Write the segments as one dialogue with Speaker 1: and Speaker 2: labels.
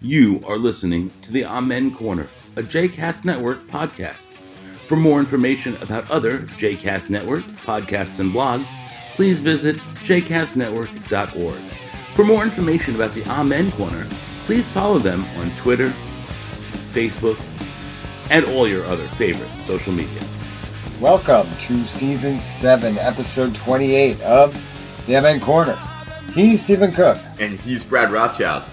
Speaker 1: You are listening to the Amen Corner, a JCast Network podcast. For more information about other JCast Network podcasts and blogs, please visit jcastnetwork.org. For more information about the Amen Corner, please follow them on Twitter, Facebook, and all your other favorite social media.
Speaker 2: Welcome to season 7, episode 28 of The MN Corner. He's Stephen Cook,
Speaker 3: And he's Brad Rothschild.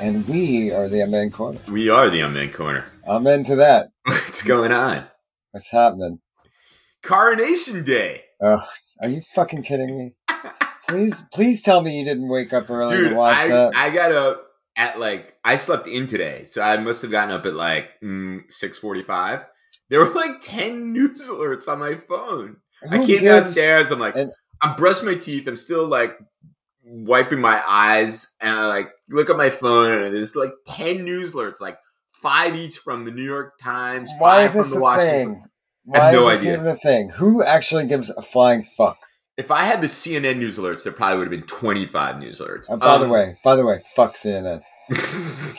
Speaker 2: and we are The MN Corner.
Speaker 3: We are the Unman Corner.
Speaker 2: Amen to that.
Speaker 3: What's going on?
Speaker 2: What's happening?
Speaker 3: Coronation Day.
Speaker 2: Oh, are you fucking kidding me? Please, please tell me you didn't wake up early
Speaker 3: Dude,
Speaker 2: to Oh, watch
Speaker 3: I,
Speaker 2: that.
Speaker 3: I got up at like, I slept in today. So I must have gotten up at like mm, 645. There were like 10 news alerts on my phone. I
Speaker 2: Who
Speaker 3: came
Speaker 2: gives-
Speaker 3: downstairs. I'm like,
Speaker 2: Oh And-
Speaker 3: I brushed my teeth. I'm still like wiping my eyes, and I like look at my phone, and there's like ten news alerts, like five each from the New York Times,
Speaker 2: Why
Speaker 3: five
Speaker 2: is this
Speaker 3: from the
Speaker 2: a
Speaker 3: Washington.
Speaker 2: thing? Why
Speaker 3: no
Speaker 2: is this
Speaker 3: idea.
Speaker 2: even a thing? Who actually gives a flying fuck?
Speaker 3: If I had the CNN news alerts, there probably would have been 25 news alerts.
Speaker 2: Uh, by the
Speaker 3: Um,
Speaker 2: way, by the way, fuck CNN.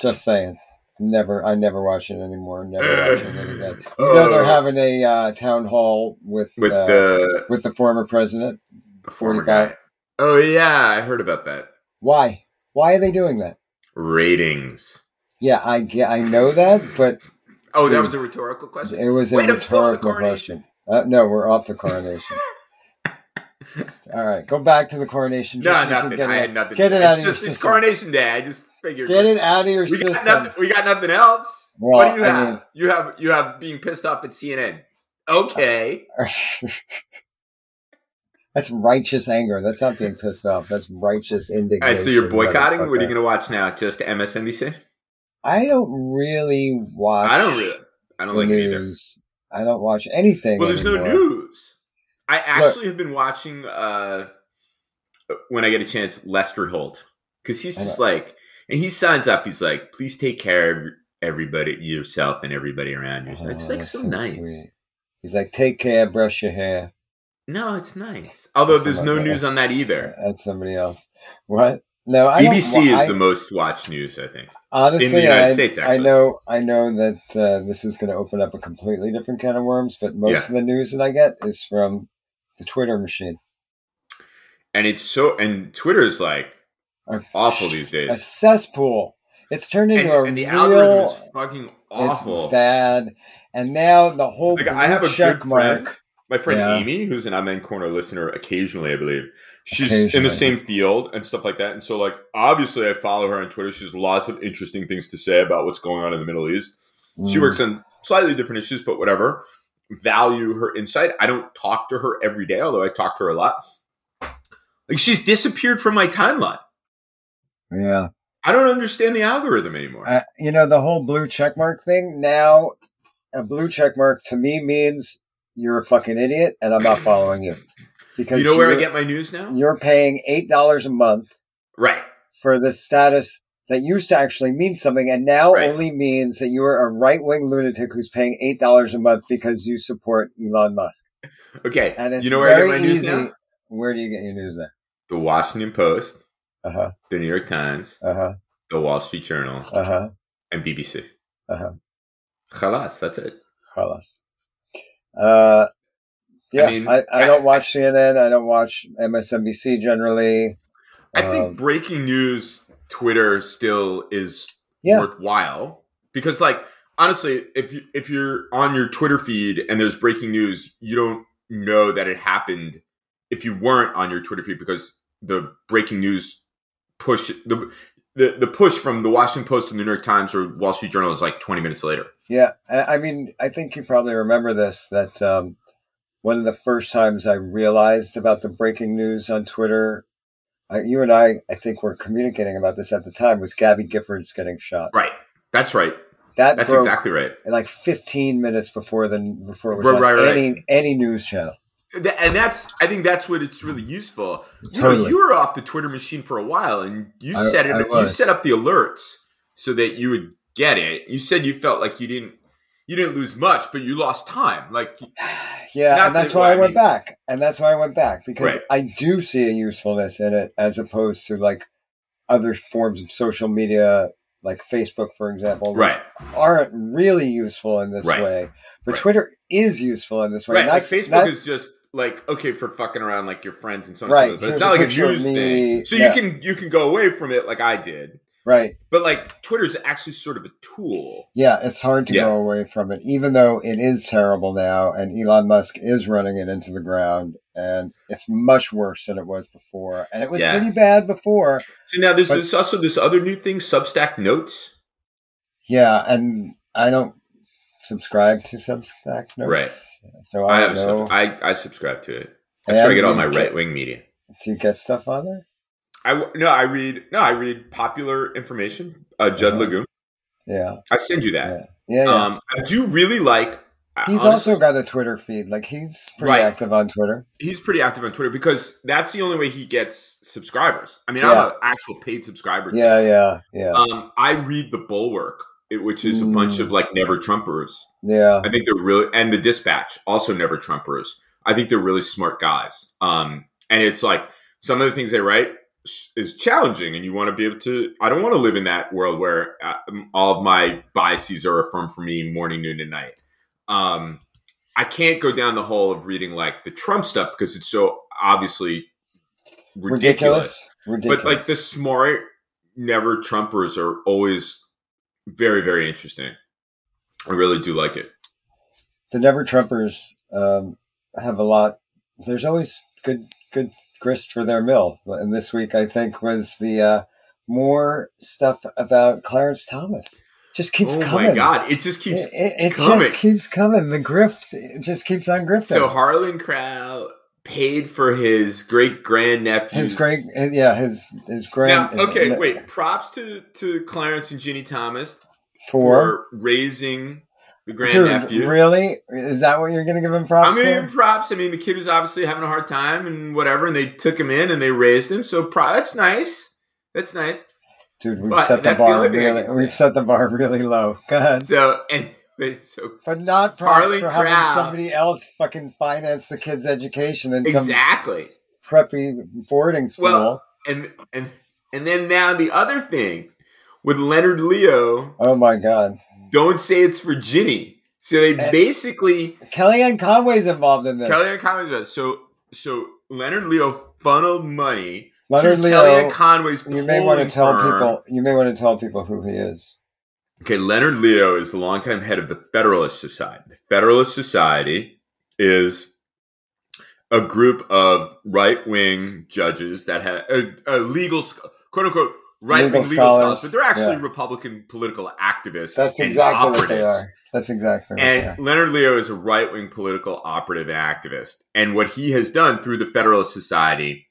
Speaker 2: Just saying. Never, I never watch it anymore. Never watching it again. You know they're
Speaker 3: Uh,
Speaker 2: having a uh, town hall with
Speaker 3: with
Speaker 2: uh,
Speaker 3: the,
Speaker 2: with the former president.
Speaker 3: the former
Speaker 2: 45.
Speaker 3: guy. Oh yeah, I heard about that.
Speaker 2: Why? Why are they doing that?
Speaker 3: Ratings.
Speaker 2: Yeah, I get, I know that, but
Speaker 3: Oh, that
Speaker 2: Dude.
Speaker 3: was a rhetorical question.
Speaker 2: it was a
Speaker 3: Wait, I'm still on the
Speaker 2: rhetorical
Speaker 3: coronation.
Speaker 2: question. Uh, no, we're off the coronation. All right, go back to the coronation.
Speaker 3: No,
Speaker 2: just so you can
Speaker 3: nothing.
Speaker 2: Get
Speaker 3: I
Speaker 2: it,
Speaker 3: had nothing.
Speaker 2: Get it
Speaker 3: it's
Speaker 2: out of your
Speaker 3: just it's
Speaker 2: system.
Speaker 3: Coronation Day. I just figured.
Speaker 2: Get it out of your
Speaker 3: we got,
Speaker 2: system.
Speaker 3: nothing, we got nothing else.
Speaker 2: Well,
Speaker 3: what do you
Speaker 2: I
Speaker 3: have?
Speaker 2: mean-
Speaker 3: you have you have being pissed off at CNN. Okay,
Speaker 2: That's righteous anger. That's not being pissed off. That's righteous indignation.
Speaker 3: all right. So you're boycotting. What are you
Speaker 2: motherfucker.
Speaker 3: going to watch now? Just MSNBC?
Speaker 2: I don't really watch.
Speaker 3: I don't really. I don't like it either.
Speaker 2: news. I don't watch anything.
Speaker 3: Well, there's no
Speaker 2: anymore.
Speaker 3: news. I actually have been watching uh when I get a chance Lester Holt because he's
Speaker 2: I
Speaker 3: just like, and he signs up. He's like, please take care of everybody, yourself, and everybody around you.
Speaker 2: Oh,
Speaker 3: it's like
Speaker 2: that's
Speaker 3: so nice.
Speaker 2: sweet. He's like, take care, brush your hair.
Speaker 3: No, it's nice. Although
Speaker 2: That's
Speaker 3: there's
Speaker 2: not
Speaker 3: no
Speaker 2: nice.
Speaker 3: news on that either.
Speaker 2: That's somebody else. What? No, I don't-
Speaker 3: BBC
Speaker 2: I-
Speaker 3: is the most watched news, I think.
Speaker 2: honestly,
Speaker 3: in the United
Speaker 2: I,
Speaker 3: States,
Speaker 2: I
Speaker 3: actually.
Speaker 2: know, I know that uh, this is going to open up a completely different can of worms. But most
Speaker 3: Yeah.
Speaker 2: of the news that I get is from the Twitter machine.
Speaker 3: And it's so, and Twitter's like
Speaker 2: A-
Speaker 3: awful these
Speaker 2: A
Speaker 3: days.
Speaker 2: cesspool. It's turned
Speaker 3: And,
Speaker 2: into a
Speaker 3: and the
Speaker 2: real.
Speaker 3: algorithm is fucking
Speaker 2: it's
Speaker 3: awful.
Speaker 2: bad. And now the whole
Speaker 3: Like, I have a
Speaker 2: check
Speaker 3: good
Speaker 2: mark.
Speaker 3: friend, my friend
Speaker 2: Yeah.
Speaker 3: Amy, who's an Amen Corner listener occasionally, I believe. She's in
Speaker 2: Occasionally.
Speaker 3: the same field and stuff like that. And so, like, obviously, I follow her on Twitter. She has lots of interesting things to say about what's going on in the Middle East. She
Speaker 2: Mm.
Speaker 3: works on slightly different issues, but whatever. Value her insight. I don't talk to her every day, although I talk to her a lot. Like she's disappeared from my timeline.
Speaker 2: Mm, Yeah.
Speaker 3: I don't understand the algorithm anymore.
Speaker 2: Uh, you know, the whole blue check mark thing now, a blue check mark to me means you're a fucking idiot and I'm not following you. Because
Speaker 3: you know where I
Speaker 2: you're-
Speaker 3: get my news now?
Speaker 2: you're paying $8 a month
Speaker 3: Right.
Speaker 2: for the status that used to actually mean something and now
Speaker 3: Right.
Speaker 2: only means that you are a right wing lunatic who's paying $8 a month because you support Elon Musk.
Speaker 3: Okay.
Speaker 2: And it's
Speaker 3: You know where I get
Speaker 2: very
Speaker 3: my news
Speaker 2: easy.
Speaker 3: now?
Speaker 2: Where do you get your news now?
Speaker 3: The Washington Post,
Speaker 2: Uh huh.
Speaker 3: the New York Times,
Speaker 2: Uh huh.
Speaker 3: the Wall Street Journal,
Speaker 2: Uh huh.
Speaker 3: and BBC.
Speaker 2: Uh-huh.
Speaker 3: Khalas, that's it.
Speaker 2: Carlos. Uh, yeah, I,
Speaker 3: mean,
Speaker 2: I,
Speaker 3: I-
Speaker 2: don't watch CNN. I don't watch MSNBC generally.
Speaker 3: I think
Speaker 2: Um,
Speaker 3: breaking news Twitter still is
Speaker 2: Yeah.
Speaker 3: worthwhile because, like, honestly, if you if you're on your Twitter feed and there's breaking news, you don't know that it happened if you weren't on your Twitter feed because the breaking news push the the, the push from the Washington Post and the New York Times or Wall Street Journal is like 20 minutes later.
Speaker 2: Yeah, I, I mean, I think you probably remember this that um, one of the first times I realized about the breaking news on Twitter, uh, you and I, I think, were communicating about this at the time, was Gabby Giffords getting shot.
Speaker 3: Right. That's right.
Speaker 2: That
Speaker 3: That's
Speaker 2: broke
Speaker 3: exactly right.
Speaker 2: like 15 minutes before the before it was
Speaker 3: Right,
Speaker 2: on
Speaker 3: right, right.
Speaker 2: any any news channel.
Speaker 3: Th- and that's I think that's what it's really useful. You know,
Speaker 2: Totally.
Speaker 3: you were off the Twitter machine for a while, and you
Speaker 2: I-
Speaker 3: set it.
Speaker 2: I
Speaker 3: you
Speaker 2: was.
Speaker 3: set up the alerts so that you would get it. You said you felt like you didn't you didn't lose much, but you lost time. Like
Speaker 2: Yeah,
Speaker 3: Not
Speaker 2: and that's
Speaker 3: that-
Speaker 2: why I
Speaker 3: well, I
Speaker 2: went
Speaker 3: mean-
Speaker 2: back. And that's why I went back because
Speaker 3: Right.
Speaker 2: I do see a usefulness in it as opposed to like other forms of social media like Facebook, for example, which
Speaker 3: Right.
Speaker 2: aren't really useful in this
Speaker 3: Right.
Speaker 2: way. But
Speaker 3: Right.
Speaker 2: Twitter is useful in this way.
Speaker 3: Right.
Speaker 2: Not-
Speaker 3: Like Facebook
Speaker 2: not-
Speaker 3: is just like okay for fucking around like your friends and so on
Speaker 2: Right,
Speaker 3: and so forth. But
Speaker 2: here's
Speaker 3: it's
Speaker 2: a
Speaker 3: not like a
Speaker 2: picture of
Speaker 3: news
Speaker 2: me.
Speaker 3: thing. So
Speaker 2: Yeah.
Speaker 3: you can you can go away from it like I did.
Speaker 2: right.
Speaker 3: But like Twitter is actually sort of a tool.
Speaker 2: Yeah, it's hard to
Speaker 3: Yeah.
Speaker 2: go away from it, even though it is terrible now, and Elon Musk is running it into the ground, and it's much worse than it was before, and it was
Speaker 3: Yeah.
Speaker 2: pretty bad before.
Speaker 3: So now there's
Speaker 2: But-
Speaker 3: this also this other new thing, Substack Notes.
Speaker 2: Yeah, and I don't subscribe to Substack notes,
Speaker 3: Right.
Speaker 2: So
Speaker 3: I
Speaker 2: I,
Speaker 3: have
Speaker 2: don't
Speaker 3: a
Speaker 2: know.
Speaker 3: sub- I I subscribe to it. I
Speaker 2: And
Speaker 3: try to get all
Speaker 2: do
Speaker 3: my
Speaker 2: you
Speaker 3: right wing media.
Speaker 2: Do you get stuff on there?
Speaker 3: I w- no, I read no, I read popular information. Uh, Judd
Speaker 2: Uh-huh.
Speaker 3: Lagoon.
Speaker 2: Yeah,
Speaker 3: I send you that.
Speaker 2: yeah. yeah.
Speaker 3: Um, I do really like. I
Speaker 2: he's
Speaker 3: honestly-
Speaker 2: also got a Twitter feed. Like he's pretty
Speaker 3: Right.
Speaker 2: active on Twitter.
Speaker 3: he's pretty active on Twitter because that's the only way he gets subscribers. I mean,
Speaker 2: Yeah.
Speaker 3: I'm an actual paid subscriber.
Speaker 2: Yeah, yeah, yeah,
Speaker 3: Um, I read the Bulwark, it- which is a bunch of like never Trumpers.
Speaker 2: yeah.
Speaker 3: I think they're really, and the Dispatch, also never Trumpers. I think they're really smart guys. Um, and it's like some of the things they write s- is challenging, and you want to be able to. I don't want to live in that world where uh, um, all of my biases are affirmed for me morning, noon, and night. Um, I can't go down the hole of reading like the Trump stuff because it's so obviously ridiculous.
Speaker 2: ridiculous, ridiculous.
Speaker 3: But like the smart never Trumpers are always very, very interesting. I really do like it.
Speaker 2: the Never Trumpers um, have a lot. There's always good, good grist for their mill. And this week, I think, was the uh, more stuff about Clarence Thomas. Just keeps
Speaker 3: oh
Speaker 2: coming.
Speaker 3: my god, it just keeps.
Speaker 2: It, it, it
Speaker 3: coming.
Speaker 2: just keeps coming. The grift it just keeps on grifting.
Speaker 3: So Harlan Crow paid for his great grandnephew.
Speaker 2: his great, his, yeah, his his
Speaker 3: Now,
Speaker 2: grand.
Speaker 3: okay,
Speaker 2: his-
Speaker 3: wait. Props to to Clarence and Ginny Thomas
Speaker 2: for,
Speaker 3: for raising the
Speaker 2: dude,
Speaker 3: grandnephew.
Speaker 2: really? Is that what you're going to give him props
Speaker 3: I'm gonna give
Speaker 2: for?
Speaker 3: him props. I mean, the kid was obviously having a hard time and whatever, and they took him in and they raised him. So pro- that's nice. That's nice.
Speaker 2: Dude, we've
Speaker 3: But
Speaker 2: set the
Speaker 3: that's the
Speaker 2: bar
Speaker 3: only thing I
Speaker 2: really.
Speaker 3: can
Speaker 2: We've
Speaker 3: say.
Speaker 2: set the bar really low. Go ahead.
Speaker 3: So and but so
Speaker 2: But not props
Speaker 3: Harley
Speaker 2: for having
Speaker 3: Crown.
Speaker 2: somebody else fucking finance the kid's education in
Speaker 3: exactly.
Speaker 2: some preppy boarding school.
Speaker 3: Well- And and and then now the other thing with Leonard Leo,
Speaker 2: oh my God.
Speaker 3: don't say it's for Ginny. So they
Speaker 2: And-
Speaker 3: basically
Speaker 2: Kellyanne Conway's involved in this.
Speaker 3: Kellyanne Conway's about it. so so Leonard Leo funneled money
Speaker 2: Leonard
Speaker 3: to
Speaker 2: Leo,
Speaker 3: Kellyanne Conway's.
Speaker 2: you may want to tell
Speaker 3: polling firm.
Speaker 2: people. You may want to tell people who he is.
Speaker 3: Okay, Leonard Leo is the longtime head of the Federalist Society. The Federalist Society is a group of right wing judges that have a, a legal, sc- quote unquote, right wing
Speaker 2: Legal
Speaker 3: legal, scholars,
Speaker 2: scholars,
Speaker 3: but they're actually
Speaker 2: yeah.
Speaker 3: Republican political activists.
Speaker 2: That's
Speaker 3: and
Speaker 2: exactly what they
Speaker 3: operatives.
Speaker 2: are. That's exactly what
Speaker 3: And
Speaker 2: they are.
Speaker 3: Leonard Leo is a right wing political operative and activist. And what he has done through the Federalist Society,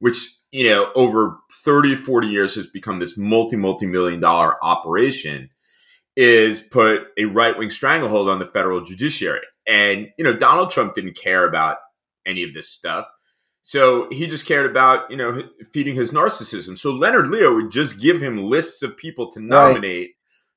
Speaker 3: which, you know, over 30, 40 years has become this multi, multi million dollar operation, is put a right wing stranglehold on the federal judiciary. And, you know, Donald Trump didn't care about any of this stuff. So he just cared about, you know, feeding his narcissism. So Leonard Leo would just give him lists of people to nominate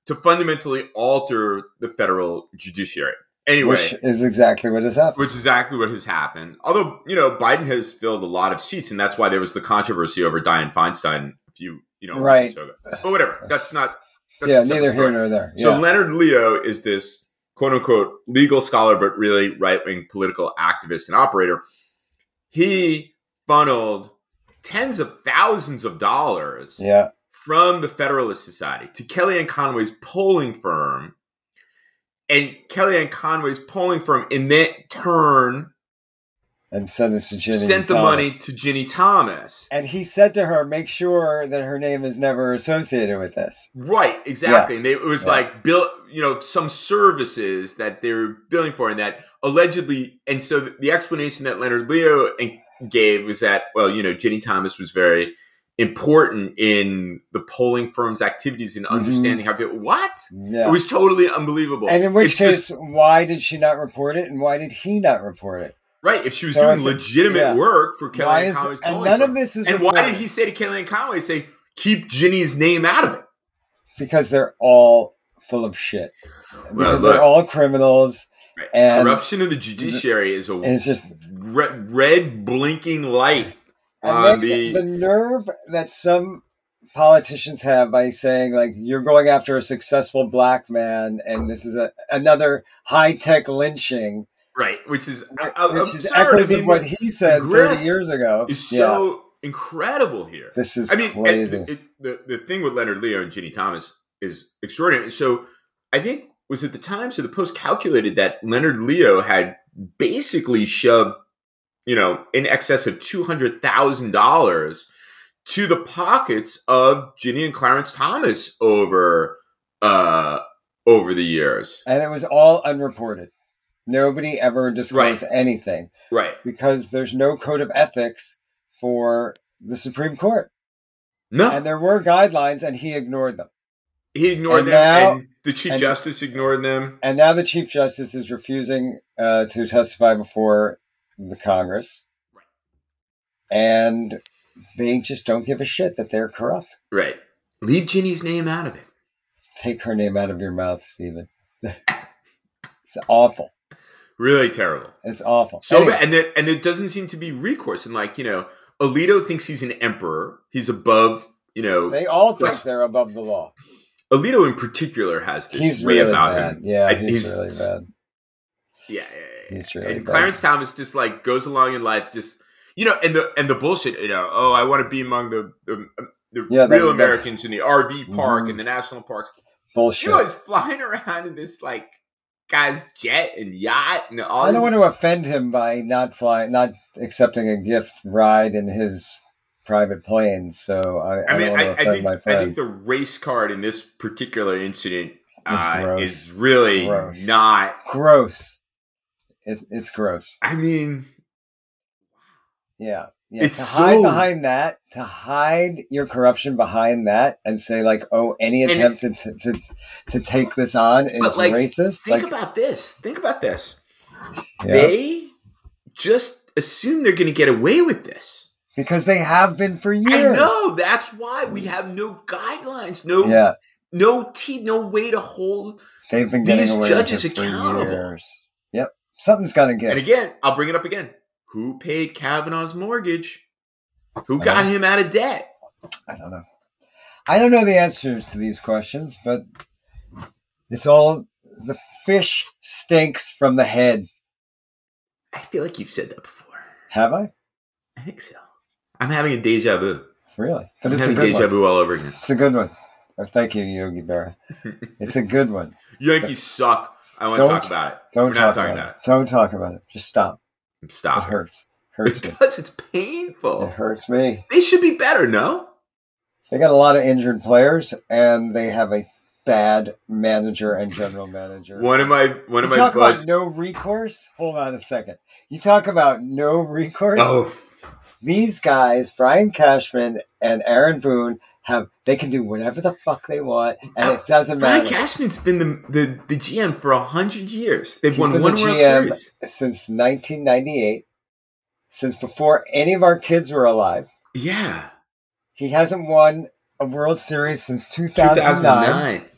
Speaker 3: to fundamentally alter the federal judiciary. Anyway,
Speaker 2: Which is exactly what has happened.
Speaker 3: which is exactly what has happened. Although, you know, Biden has filled a lot of seats, and that's why there was the controversy over Dianne Feinstein a few, you know,
Speaker 2: Right.
Speaker 3: so ago. But whatever. That's not that's a
Speaker 2: Yeah,
Speaker 3: separate
Speaker 2: neither
Speaker 3: story.
Speaker 2: here nor there.
Speaker 3: So
Speaker 2: yeah.
Speaker 3: Leonard Leo is this quote unquote legal scholar, but really right wing political activist and operator. He funneled tens of thousands of dollars
Speaker 2: yeah,
Speaker 3: from the Federalist Society to Kellyanne Conway's polling firm. And Kellyanne Conway's polling firm, in that turn,
Speaker 2: and send it to Ginny.
Speaker 3: sent the
Speaker 2: Thomas.
Speaker 3: money to Ginny Thomas.
Speaker 2: And he said to her, "Make sure that her name is never associated with this."
Speaker 3: Right, exactly. And they, it was
Speaker 2: Yeah.
Speaker 3: like bill, you know, some services that they were billing for, and that allegedly. And so the, the explanation that Leonard Leo and gave was that, well, you know, Ginny Thomas was very important in the polling firm's activities and understanding how people. What?
Speaker 2: Mm-hmm. Yeah.
Speaker 3: It was totally unbelievable.
Speaker 2: And in which
Speaker 3: It's
Speaker 2: case,
Speaker 3: just-
Speaker 2: why did she not report it, and why did he not report it?
Speaker 3: right? If she was
Speaker 2: so I
Speaker 3: doing
Speaker 2: think-
Speaker 3: legitimate
Speaker 2: yeah.
Speaker 3: work for
Speaker 2: why
Speaker 3: Kellyanne
Speaker 2: is
Speaker 3: Conway's
Speaker 2: and
Speaker 3: polling
Speaker 2: none
Speaker 3: firm,
Speaker 2: of this is
Speaker 3: and why
Speaker 2: reported?
Speaker 3: did he say to Kellyanne Conway, say, "Keep Ginny's name out of it"?
Speaker 2: Because they're all full of shit. Because
Speaker 3: look.
Speaker 2: they're all criminals,
Speaker 3: Right.
Speaker 2: And-
Speaker 3: Corruption of the judiciary is a
Speaker 2: and it's just
Speaker 3: red, red blinking light
Speaker 2: and
Speaker 3: on
Speaker 2: then
Speaker 3: Um, the,
Speaker 2: the nerve that some politicians have by saying like you're going after a successful black man and this is a, another high tech lynching
Speaker 3: right? Which is
Speaker 2: which
Speaker 3: I,
Speaker 2: is echoes of what he said
Speaker 3: the grift
Speaker 2: 30 years ago.
Speaker 3: is
Speaker 2: yeah,
Speaker 3: so incredible here.
Speaker 2: this is
Speaker 3: I mean, and
Speaker 2: crazy.
Speaker 3: it, the the thing with Leonard Leo and Ginny Thomas is extraordinary. So I think was at the time, so the Post calculated that Leonard Leo had basically shoved, you know, in excess of two hundred thousand dollars to the pockets of Ginny and Clarence Thomas over uh over the years.
Speaker 2: and it was all unreported. Nobody ever disclosed anything
Speaker 3: Right.
Speaker 2: because there's no code of ethics for the Supreme Court.
Speaker 3: No.
Speaker 2: And there were guidelines and he ignored them.
Speaker 3: he ignored
Speaker 2: and
Speaker 3: them
Speaker 2: now-
Speaker 3: and the Chief
Speaker 2: and-
Speaker 3: Justice ignored them.
Speaker 2: And now the Chief Justice is refusing uh, to testify before the Congress.
Speaker 3: Right.
Speaker 2: And they just don't give a shit that they're corrupt.
Speaker 3: Right. Leave Ginny's name out of it.
Speaker 2: Take her name out of your mouth, Stephen. it's awful.
Speaker 3: Really terrible.
Speaker 2: It's awful.
Speaker 3: So
Speaker 2: Anyway,
Speaker 3: bad. and there and there doesn't seem to be recourse. And like you know, Alito thinks he's an emperor. He's above. You know,
Speaker 2: they all think
Speaker 3: Yes.
Speaker 2: they're above the law.
Speaker 3: Alito in particular has this
Speaker 2: He's
Speaker 3: way
Speaker 2: really
Speaker 3: about
Speaker 2: bad.
Speaker 3: him.
Speaker 2: Yeah,
Speaker 3: I-
Speaker 2: he's,
Speaker 3: he's-
Speaker 2: really bad.
Speaker 3: Yeah, yeah, yeah.
Speaker 2: He's really
Speaker 3: and
Speaker 2: bad.
Speaker 3: Clarence Thomas just like goes along in life, just you know, and the and the bullshit. You know, oh, I want to be among the the, the
Speaker 2: Yeah, that-
Speaker 3: real
Speaker 2: that-
Speaker 3: Americans in the RV park
Speaker 2: Mhm.
Speaker 3: and the national parks.
Speaker 2: Bullshit.
Speaker 3: You know, he's flying around in this like guy's jet and yacht and all.
Speaker 2: I don't
Speaker 3: this-
Speaker 2: want to offend him by not flying, not accepting a gift ride in his private plane. So I, I,
Speaker 3: I mean,
Speaker 2: don't want to
Speaker 3: I, I
Speaker 2: offend
Speaker 3: think
Speaker 2: my
Speaker 3: I
Speaker 2: friend.
Speaker 3: think the race card in this particular incident uh,
Speaker 2: gross.
Speaker 3: is really
Speaker 2: Gross.
Speaker 3: not.
Speaker 2: gross. It's it's gross.
Speaker 3: I mean,
Speaker 2: Yeah. Yeah.
Speaker 3: It's
Speaker 2: to hide
Speaker 3: so-
Speaker 2: behind that, to hide your corruption behind that and say like, oh, any
Speaker 3: And-
Speaker 2: attempt to, to, to, to take this on is
Speaker 3: But, like,
Speaker 2: racist.
Speaker 3: think
Speaker 2: Like,
Speaker 3: about this. Think about this.
Speaker 2: yeah.
Speaker 3: They just assume they're going to get away with this.
Speaker 2: because they have been for years.
Speaker 3: I know that's why we have no guidelines, no
Speaker 2: Yeah.
Speaker 3: no teeth, no way to hold.
Speaker 2: They've been getting
Speaker 3: These
Speaker 2: away
Speaker 3: judges
Speaker 2: with it for
Speaker 3: accountable.
Speaker 2: years. Yep. Something's gotta give.
Speaker 3: And again, I'll bring it up again. Who paid Kavanaugh's mortgage? Who got
Speaker 2: Uh-huh.
Speaker 3: him out of debt?
Speaker 2: I don't know. I don't know the answers to these questions, but it's all the fish stinks from the head.
Speaker 3: I feel like you've said that before.
Speaker 2: Have I?
Speaker 3: I think so. I'm having a deja vu.
Speaker 2: Really?
Speaker 3: I'm
Speaker 2: But it's a
Speaker 3: having
Speaker 2: good
Speaker 3: deja
Speaker 2: one.
Speaker 3: vu all over again.
Speaker 2: It's a good one. Oh, thank you, Yogi Berra. It's a good one.
Speaker 3: Yankees suck. I want
Speaker 2: Don't-
Speaker 3: to talk about it.
Speaker 2: Don't
Speaker 3: We're not
Speaker 2: talk
Speaker 3: talking
Speaker 2: about it.
Speaker 3: about
Speaker 2: Don't talk about it. Just stop.
Speaker 3: it.
Speaker 2: It
Speaker 3: Stop. Oh.
Speaker 2: hurts.
Speaker 3: It
Speaker 2: Hurts me.
Speaker 3: does. It's
Speaker 2: It
Speaker 3: painful.
Speaker 2: hurts me.
Speaker 3: They should be better, no?
Speaker 2: They got a lot of injured players, and they have a bad manager and general manager.
Speaker 3: One of my
Speaker 2: you
Speaker 3: one of my
Speaker 2: talk
Speaker 3: buds.
Speaker 2: about no recourse. Hold on a second. You talk about no recourse.
Speaker 3: Oh,
Speaker 2: These guys, Brian Cashman and Aaron Boone, have they can do whatever the fuck they want, and it doesn't
Speaker 3: Brian
Speaker 2: matter.
Speaker 3: Cashman's been the, the, the GM for a hundred years. They've
Speaker 2: He's
Speaker 3: won
Speaker 2: been
Speaker 3: one
Speaker 2: the
Speaker 3: World
Speaker 2: GM.
Speaker 3: Series.
Speaker 2: since 1998, since before any of our kids were alive.
Speaker 3: Yeah,
Speaker 2: He hasn't won a World Series since 2009.
Speaker 3: 2009.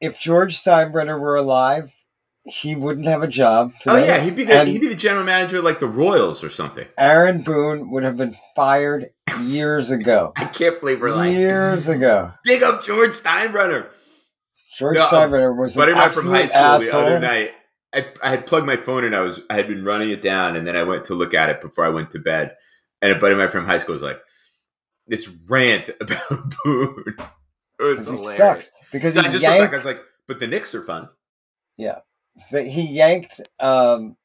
Speaker 2: If George Steinbrenner were alive, he wouldn't have a job.
Speaker 3: Oh
Speaker 2: Today.
Speaker 3: yeah, he'd be the
Speaker 2: And
Speaker 3: he'd be the general manager of, like the Royals or something.
Speaker 2: Aaron Boone would have been fired years ago.
Speaker 3: I can't believe we're like "Mm-hmm."
Speaker 2: years ago.
Speaker 3: dig up George Steinbrenner.
Speaker 2: George
Speaker 3: No,
Speaker 2: Steinbrenner was an
Speaker 3: Buddy and I from
Speaker 2: absolute
Speaker 3: high school
Speaker 2: asshole.
Speaker 3: the other night. I, I had plugged my phone and I was I had been running it down and then I went to look at it before I went to bed. And a buddy of mine from high school was like, this rant about Boone. It was
Speaker 2: 'Cause he
Speaker 3: hilarious.
Speaker 2: sucks because
Speaker 3: So I
Speaker 2: he
Speaker 3: just looked back, I
Speaker 2: yanked
Speaker 3: was like, but the Knicks are fun.
Speaker 2: that he yanked um,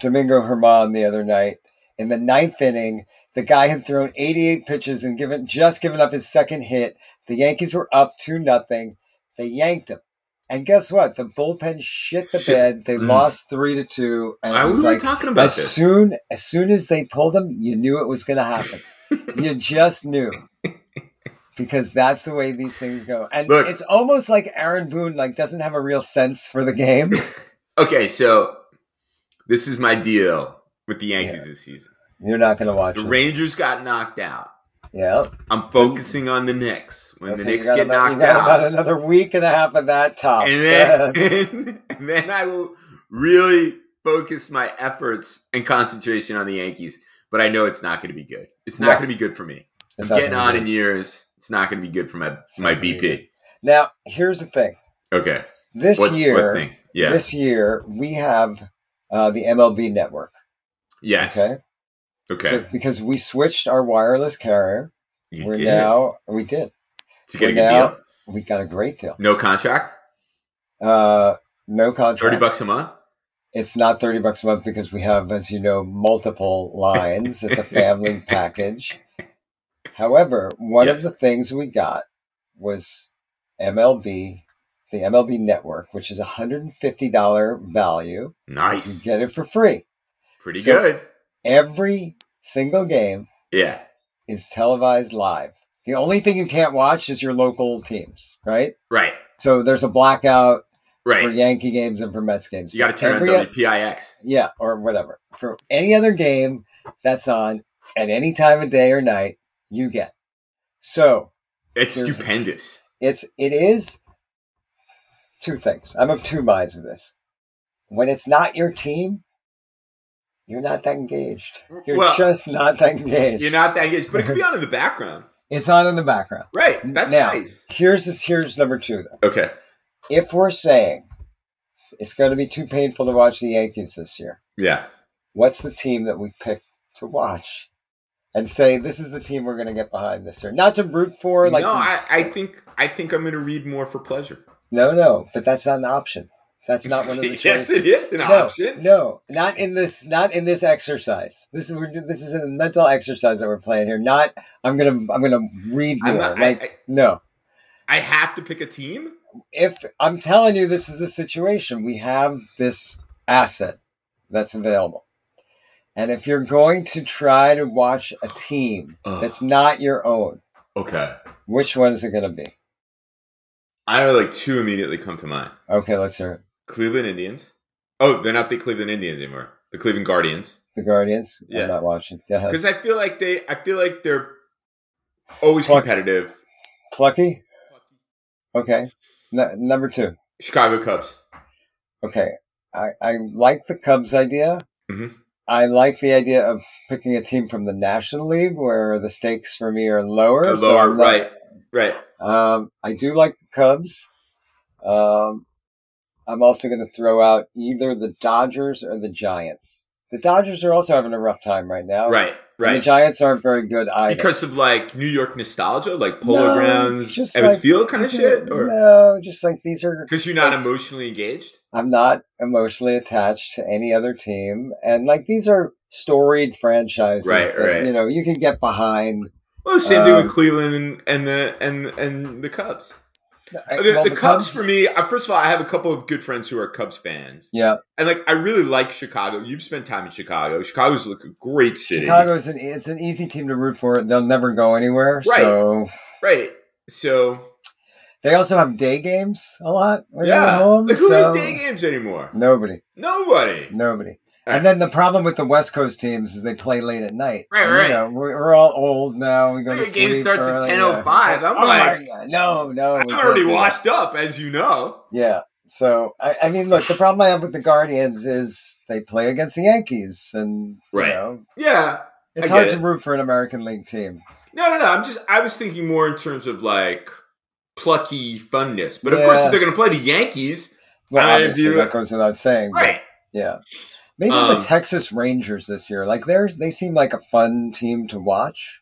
Speaker 2: Domingo Herman the other night in the ninth inning. The guy had thrown 88 pitches and given just given up his second hit. The Yankees were up two nothing. They yanked him, and guess what? The bullpen shit the
Speaker 3: Shit.
Speaker 2: bed. They
Speaker 3: Mm.
Speaker 2: lost three to two, and
Speaker 3: I
Speaker 2: it was
Speaker 3: was
Speaker 2: like
Speaker 3: talking about
Speaker 2: as
Speaker 3: this.
Speaker 2: soon as soon as they pulled him, you knew it was going to happen. you just knew. Because that's the way these things go, and
Speaker 3: Look.
Speaker 2: it's almost like Aaron Boone like doesn't have a real sense for the game.
Speaker 3: okay, so this is my deal with the Yankees this season.
Speaker 2: You're not going to watch
Speaker 3: The
Speaker 2: it.
Speaker 3: Rangers got knocked out.
Speaker 2: yeah.
Speaker 3: I'm focusing on the Knicks. When
Speaker 2: Okay,
Speaker 3: the
Speaker 2: you
Speaker 3: Knicks
Speaker 2: got
Speaker 3: get
Speaker 2: about, you
Speaker 3: knocked
Speaker 2: got
Speaker 3: out,
Speaker 2: about another week and a half of that tops.
Speaker 3: and then, and then I will really focus my efforts and concentration on the Yankees. But I know it's not going to be good. It's not
Speaker 2: No.
Speaker 3: going to be good for me. I'm
Speaker 2: It's not
Speaker 3: getting
Speaker 2: gonna
Speaker 3: on
Speaker 2: be-
Speaker 3: in years. It's not going to be good for my
Speaker 2: It's
Speaker 3: my
Speaker 2: not gonna be
Speaker 3: BP.
Speaker 2: Now, here's the thing.
Speaker 3: Okay.
Speaker 2: This
Speaker 3: what,
Speaker 2: year,
Speaker 3: What thing? Yeah.
Speaker 2: this year we have uh, the MLB network.
Speaker 3: yes.
Speaker 2: Okay.
Speaker 3: Okay.
Speaker 2: So, because we switched our wireless carrier,
Speaker 3: you
Speaker 2: we're
Speaker 3: did. it.
Speaker 2: now we did.
Speaker 3: Did you get a
Speaker 2: we're
Speaker 3: good
Speaker 2: now-
Speaker 3: deal?
Speaker 2: We got a great deal.
Speaker 3: No contract.
Speaker 2: Uh, no contract.
Speaker 3: Thirty bucks a month.
Speaker 2: It's not thirty bucks a month because we have, as you know, multiple lines. it's a family package. However, one
Speaker 3: Yes.
Speaker 2: of the things we got was MLB, the MLB network, which is a hundred and fifty dollar value. You
Speaker 3: Nice.
Speaker 2: get it for free.
Speaker 3: Pretty
Speaker 2: So-
Speaker 3: good.
Speaker 2: Every single game
Speaker 3: Yeah.
Speaker 2: is televised live. The only thing you can't watch is your local teams, right?
Speaker 3: Right.
Speaker 2: So there's a blackout for
Speaker 3: Right.
Speaker 2: Yankee games and for Mets games.
Speaker 3: You got to turn
Speaker 2: Every-
Speaker 3: on WPIX.
Speaker 2: Yeah, or whatever. For any other game that's on at any time of day or night, you get. So
Speaker 3: It's
Speaker 2: There's-
Speaker 3: stupendous.
Speaker 2: it's it is two things. I'm of two minds with this. When it's not your team, you're not that engaged. You're
Speaker 3: Well,
Speaker 2: just not that engaged.
Speaker 3: You're not that engaged, but it could be on in the background.
Speaker 2: It's on in the background.
Speaker 3: Right. That's
Speaker 2: Now-
Speaker 3: nice.
Speaker 2: Here's this. Here's number two. Though.
Speaker 3: Okay.
Speaker 2: if we're saying it's going to be too painful to watch the Yankees this year,
Speaker 3: Yeah.
Speaker 2: what's the team that we pick to watch and say this is the team we're going to get behind this year? Not to root for, like
Speaker 3: no,
Speaker 2: to-
Speaker 3: I, I think I think I'm going to read more for pleasure.
Speaker 2: no, no, but that's not an option. That's not one of the choices.
Speaker 3: yes, it is an
Speaker 2: no,
Speaker 3: option.
Speaker 2: no, not in this, not in this exercise. This is we're, do- this is a mental exercise that we're playing here. Not I'm gonna I'm gonna read more.
Speaker 3: I'm not,
Speaker 2: like
Speaker 3: I,
Speaker 2: no,
Speaker 3: I I have to pick a team.
Speaker 2: if I'm telling you this is the situation, we have this asset that's available. And if you're going to try to watch a team
Speaker 3: Ugh.
Speaker 2: that's not your own,
Speaker 3: Okay.
Speaker 2: which one is it going to be?
Speaker 3: I have like two immediately come to mind.
Speaker 2: Okay, let's hear it.
Speaker 3: Cleveland Indians. Oh, they're not the Cleveland Indians anymore. The Cleveland Guardians.
Speaker 2: The Guardians.
Speaker 3: Yeah.
Speaker 2: I'm not watching. Go ahead.
Speaker 3: Because I feel like they I feel like they're always
Speaker 2: Fuck.
Speaker 3: competitive.
Speaker 2: Plucky. Okay. N- number two.
Speaker 3: Chicago Cubs.
Speaker 2: Okay. I, I like the Cubs idea.
Speaker 3: Mhm.
Speaker 2: I like the idea of picking a team from the National League where the stakes for me are lower.
Speaker 3: Lower,
Speaker 2: so I'm not-
Speaker 3: right. Right.
Speaker 2: Um, I do like the Cubs. Um, I'm also going to throw out either the Dodgers or the Giants. The Dodgers are also having a rough time right now.
Speaker 3: Right.
Speaker 2: And the
Speaker 3: Right.
Speaker 2: Giants aren't very good either.
Speaker 3: Because of like New York nostalgia, like Polo
Speaker 2: No,
Speaker 3: Grounds,
Speaker 2: just
Speaker 3: Ebbets
Speaker 2: like-
Speaker 3: Field kind of
Speaker 2: These
Speaker 3: shit?
Speaker 2: are-
Speaker 3: Or
Speaker 2: No, just like these are.
Speaker 3: because you're not emotionally engaged?
Speaker 2: I'm not emotionally attached to any other team, and like these are storied franchises.
Speaker 3: Right,
Speaker 2: that,
Speaker 3: right.
Speaker 2: You know, you can get behind.
Speaker 3: Well, the same thing
Speaker 2: Um,
Speaker 3: with Cleveland and, and the and and the Cubs.
Speaker 2: Well,
Speaker 3: the, the Cubs, for me, uh, first of all, I have a couple of good friends who are Cubs fans,
Speaker 2: Yeah,
Speaker 3: and like I really like Chicago. You've spent time in Chicago. Chicago's like a great city,
Speaker 2: Chicago's an it's an easy team to root for. They'll never go anywhere.
Speaker 3: Right.
Speaker 2: So
Speaker 3: right? So
Speaker 2: They also have day games a lot. when they're
Speaker 3: yeah,
Speaker 2: at home,
Speaker 3: like who
Speaker 2: so-
Speaker 3: has day games anymore?
Speaker 2: Nobody,
Speaker 3: Nobody.
Speaker 2: nobody.
Speaker 3: Alright.
Speaker 2: And then the problem with the West Coast teams is they play late at night.
Speaker 3: Right,
Speaker 2: And,
Speaker 3: right.
Speaker 2: You know, we're, we're all old now. We go
Speaker 3: Like,
Speaker 2: to
Speaker 3: the game
Speaker 2: sleep
Speaker 3: starts at
Speaker 2: early.
Speaker 3: 10:05. I'm
Speaker 2: Oh my
Speaker 3: like,
Speaker 2: God. no, no. we
Speaker 3: I'm
Speaker 2: can't
Speaker 3: already
Speaker 2: do that.
Speaker 3: washed up, as you know.
Speaker 2: Yeah. So I, I mean, look, the problem I have with the Guardians is they play against the Yankees, and
Speaker 3: Right.
Speaker 2: you know,
Speaker 3: Yeah,
Speaker 2: it's
Speaker 3: I
Speaker 2: hard
Speaker 3: get
Speaker 2: to
Speaker 3: it.
Speaker 2: root for an American League team.
Speaker 3: no, no, no. I'm just I was thinking more in terms of like plucky funness, but of course,
Speaker 2: Yeah.
Speaker 3: if they're going to play the Yankees,
Speaker 2: Well,
Speaker 3: I
Speaker 2: obviously
Speaker 3: do-
Speaker 2: that goes without saying, but-
Speaker 3: right?
Speaker 2: Yeah. Maybe
Speaker 3: Um,
Speaker 2: the Texas Rangers this year. Like they're they seem like a fun team to watch.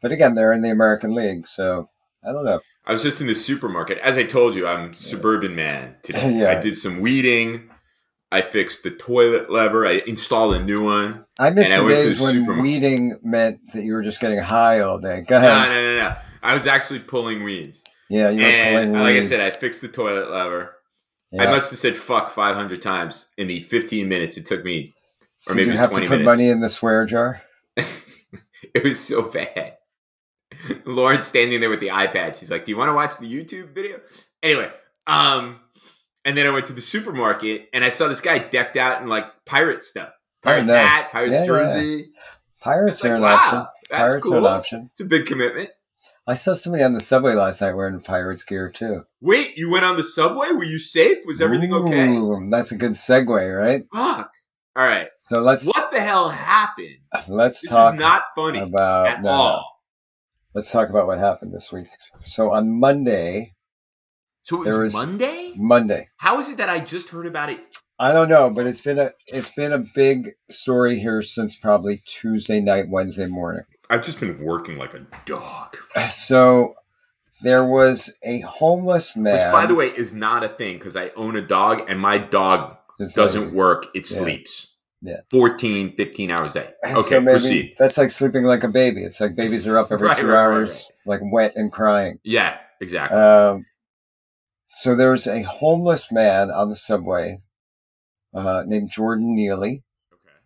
Speaker 2: But again, they're in the American League, so I don't know.
Speaker 3: I was just in the supermarket. As I told you, I'm suburban man today.
Speaker 2: Yeah.
Speaker 3: I did some weeding. I fixed the toilet lever. I installed a new one.
Speaker 2: I miss
Speaker 3: And I
Speaker 2: the
Speaker 3: went to
Speaker 2: days
Speaker 3: the
Speaker 2: when
Speaker 3: supermarket.
Speaker 2: weeding meant that you were just getting high all day. Go
Speaker 3: No,
Speaker 2: ahead.
Speaker 3: no, no, no. I was actually pulling weeds.
Speaker 2: yeah, you were
Speaker 3: And
Speaker 2: pulling
Speaker 3: like I
Speaker 2: leads.
Speaker 3: said, I fixed the toilet lever.
Speaker 2: yeah.
Speaker 3: I must have said fuck 500 times in the 15 minutes it took me, or
Speaker 2: Did
Speaker 3: maybe
Speaker 2: you
Speaker 3: it was
Speaker 2: have to
Speaker 3: 20
Speaker 2: put
Speaker 3: minutes.
Speaker 2: money in the swear jar?
Speaker 3: it was so bad. Lauren's standing there with the iPad. She's like, "Do you want to watch the YouTube video?" Anyway, um, and then I went to the supermarket and I saw this guy decked out in like pirate stuff, pirate's
Speaker 2: Oh, nice.
Speaker 3: hat, pirate's
Speaker 2: Yeah, yeah.
Speaker 3: jersey.
Speaker 2: Pirates
Speaker 3: It's like,
Speaker 2: are an option.
Speaker 3: wow, that's
Speaker 2: Pirates are
Speaker 3: cool.
Speaker 2: an option.
Speaker 3: It's a big commitment.
Speaker 2: I saw somebody on the subway last night wearing Pirates gear too.
Speaker 3: Wait, you went on the subway? Were you safe? Was everything okay?
Speaker 2: Ooh, That's a good segue, right?
Speaker 3: Fuck. All right.
Speaker 2: So let's
Speaker 3: What the hell happened?
Speaker 2: let's
Speaker 3: This is
Speaker 2: talk
Speaker 3: not funny
Speaker 2: about
Speaker 3: at
Speaker 2: no, no.
Speaker 3: all.
Speaker 2: let's talk about what happened this week. So on Monday,
Speaker 3: So it
Speaker 2: There
Speaker 3: was
Speaker 2: is-
Speaker 3: Monday.
Speaker 2: Monday,
Speaker 3: How is it that I just heard about it?
Speaker 2: I don't know, but it's been a it's been a big story here since probably Tuesday night, Wednesday morning.
Speaker 3: I've just been working like a dog.
Speaker 2: So there was a homeless man.
Speaker 3: Which, by the way, is not a thing because I own a dog and my dog
Speaker 2: is
Speaker 3: doesn't
Speaker 2: lazy.
Speaker 3: work. It
Speaker 2: Yeah.
Speaker 3: sleeps
Speaker 2: Yeah.
Speaker 3: 14, 15 hours a day. Okay,
Speaker 2: so maybe
Speaker 3: proceed.
Speaker 2: that's like sleeping like a baby. It's like babies are up every
Speaker 3: Right,
Speaker 2: two
Speaker 3: right, right,
Speaker 2: hours, like wet and crying.
Speaker 3: Yeah, exactly.
Speaker 2: Um, so there was a homeless man on the subway uh, named Jordan Neely,
Speaker 3: okay.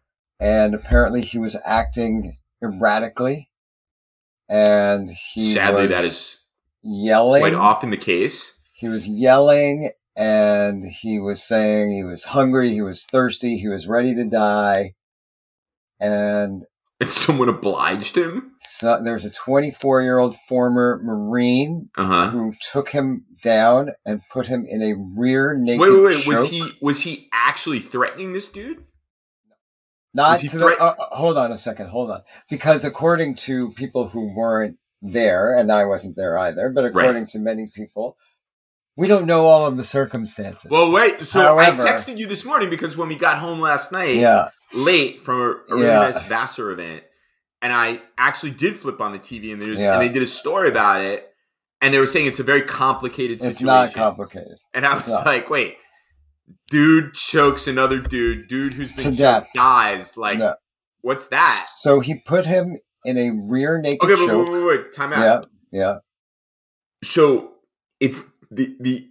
Speaker 2: and apparently he was acting erratically, and he
Speaker 3: Sadly,
Speaker 2: was
Speaker 3: that is
Speaker 2: yelling.
Speaker 3: quite often the case.
Speaker 2: He was yelling, and he was saying he was hungry, he was thirsty, he was ready to die, and
Speaker 3: And someone obliged him.
Speaker 2: so, there was a 24 year old former Marine
Speaker 3: Uh huh.
Speaker 2: who took him down and put him in a rear naked
Speaker 3: Wait, wait, wait.
Speaker 2: choke.
Speaker 3: Was he was he actually threatening this dude?
Speaker 2: Not
Speaker 3: was he
Speaker 2: to
Speaker 3: threat-
Speaker 2: the, uh, uh, hold on a second, hold on. Because according to people who weren't there, and I wasn't there either, but according to many people, we don't know all of the circumstances.
Speaker 3: Well, wait. So
Speaker 2: However-
Speaker 3: I texted you this morning because when we got home last night,
Speaker 2: yeah,
Speaker 3: late from a, a really
Speaker 2: Yeah.
Speaker 3: nice Vassar event, and I actually did flip on the TV and the news,
Speaker 2: Yeah.
Speaker 3: and they did a story about it, and they were saying it's a very complicated situation.
Speaker 2: it's not complicated.
Speaker 3: and I
Speaker 2: it's
Speaker 3: was
Speaker 2: not.
Speaker 3: like, wait, dude chokes another dude, dude who's
Speaker 2: To
Speaker 3: been
Speaker 2: death.
Speaker 3: choked dies. Like,
Speaker 2: No.
Speaker 3: what's that?
Speaker 2: So he put him in a rear naked
Speaker 3: Okay, but
Speaker 2: choke.
Speaker 3: wait, wait, wait, time out.
Speaker 2: yeah, yeah.
Speaker 3: So it's the the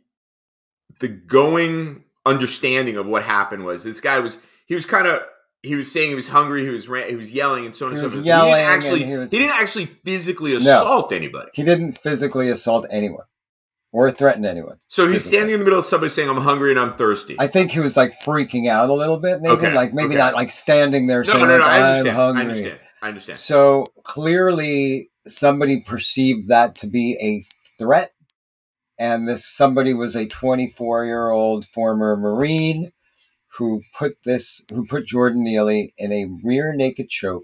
Speaker 3: the going understanding of what happened was this guy was he was kind of he was saying he was hungry he was ran, he was yelling and so on
Speaker 2: He
Speaker 3: and
Speaker 2: was
Speaker 3: so forth.
Speaker 2: yelling
Speaker 3: he
Speaker 2: and
Speaker 3: didn't actually
Speaker 2: he was-
Speaker 3: didn't actually physically assault anybody.
Speaker 2: He didn't physically assault anyone or threaten anyone.
Speaker 3: So he's
Speaker 2: Physically.
Speaker 3: standing in the middle of the subway saying I'm hungry and I'm thirsty.
Speaker 2: I think he was like freaking out a little bit, maybe
Speaker 3: Okay,
Speaker 2: like maybe
Speaker 3: okay.
Speaker 2: not like standing there
Speaker 3: no,
Speaker 2: saying
Speaker 3: no, no,
Speaker 2: like,
Speaker 3: I
Speaker 2: I'm
Speaker 3: understand.
Speaker 2: hungry.
Speaker 3: I understand. I understand.
Speaker 2: So clearly, somebody perceived that to be a threat, and this somebody was a 24 year old former Marine who put this who put Jordan Neely in a rear naked choke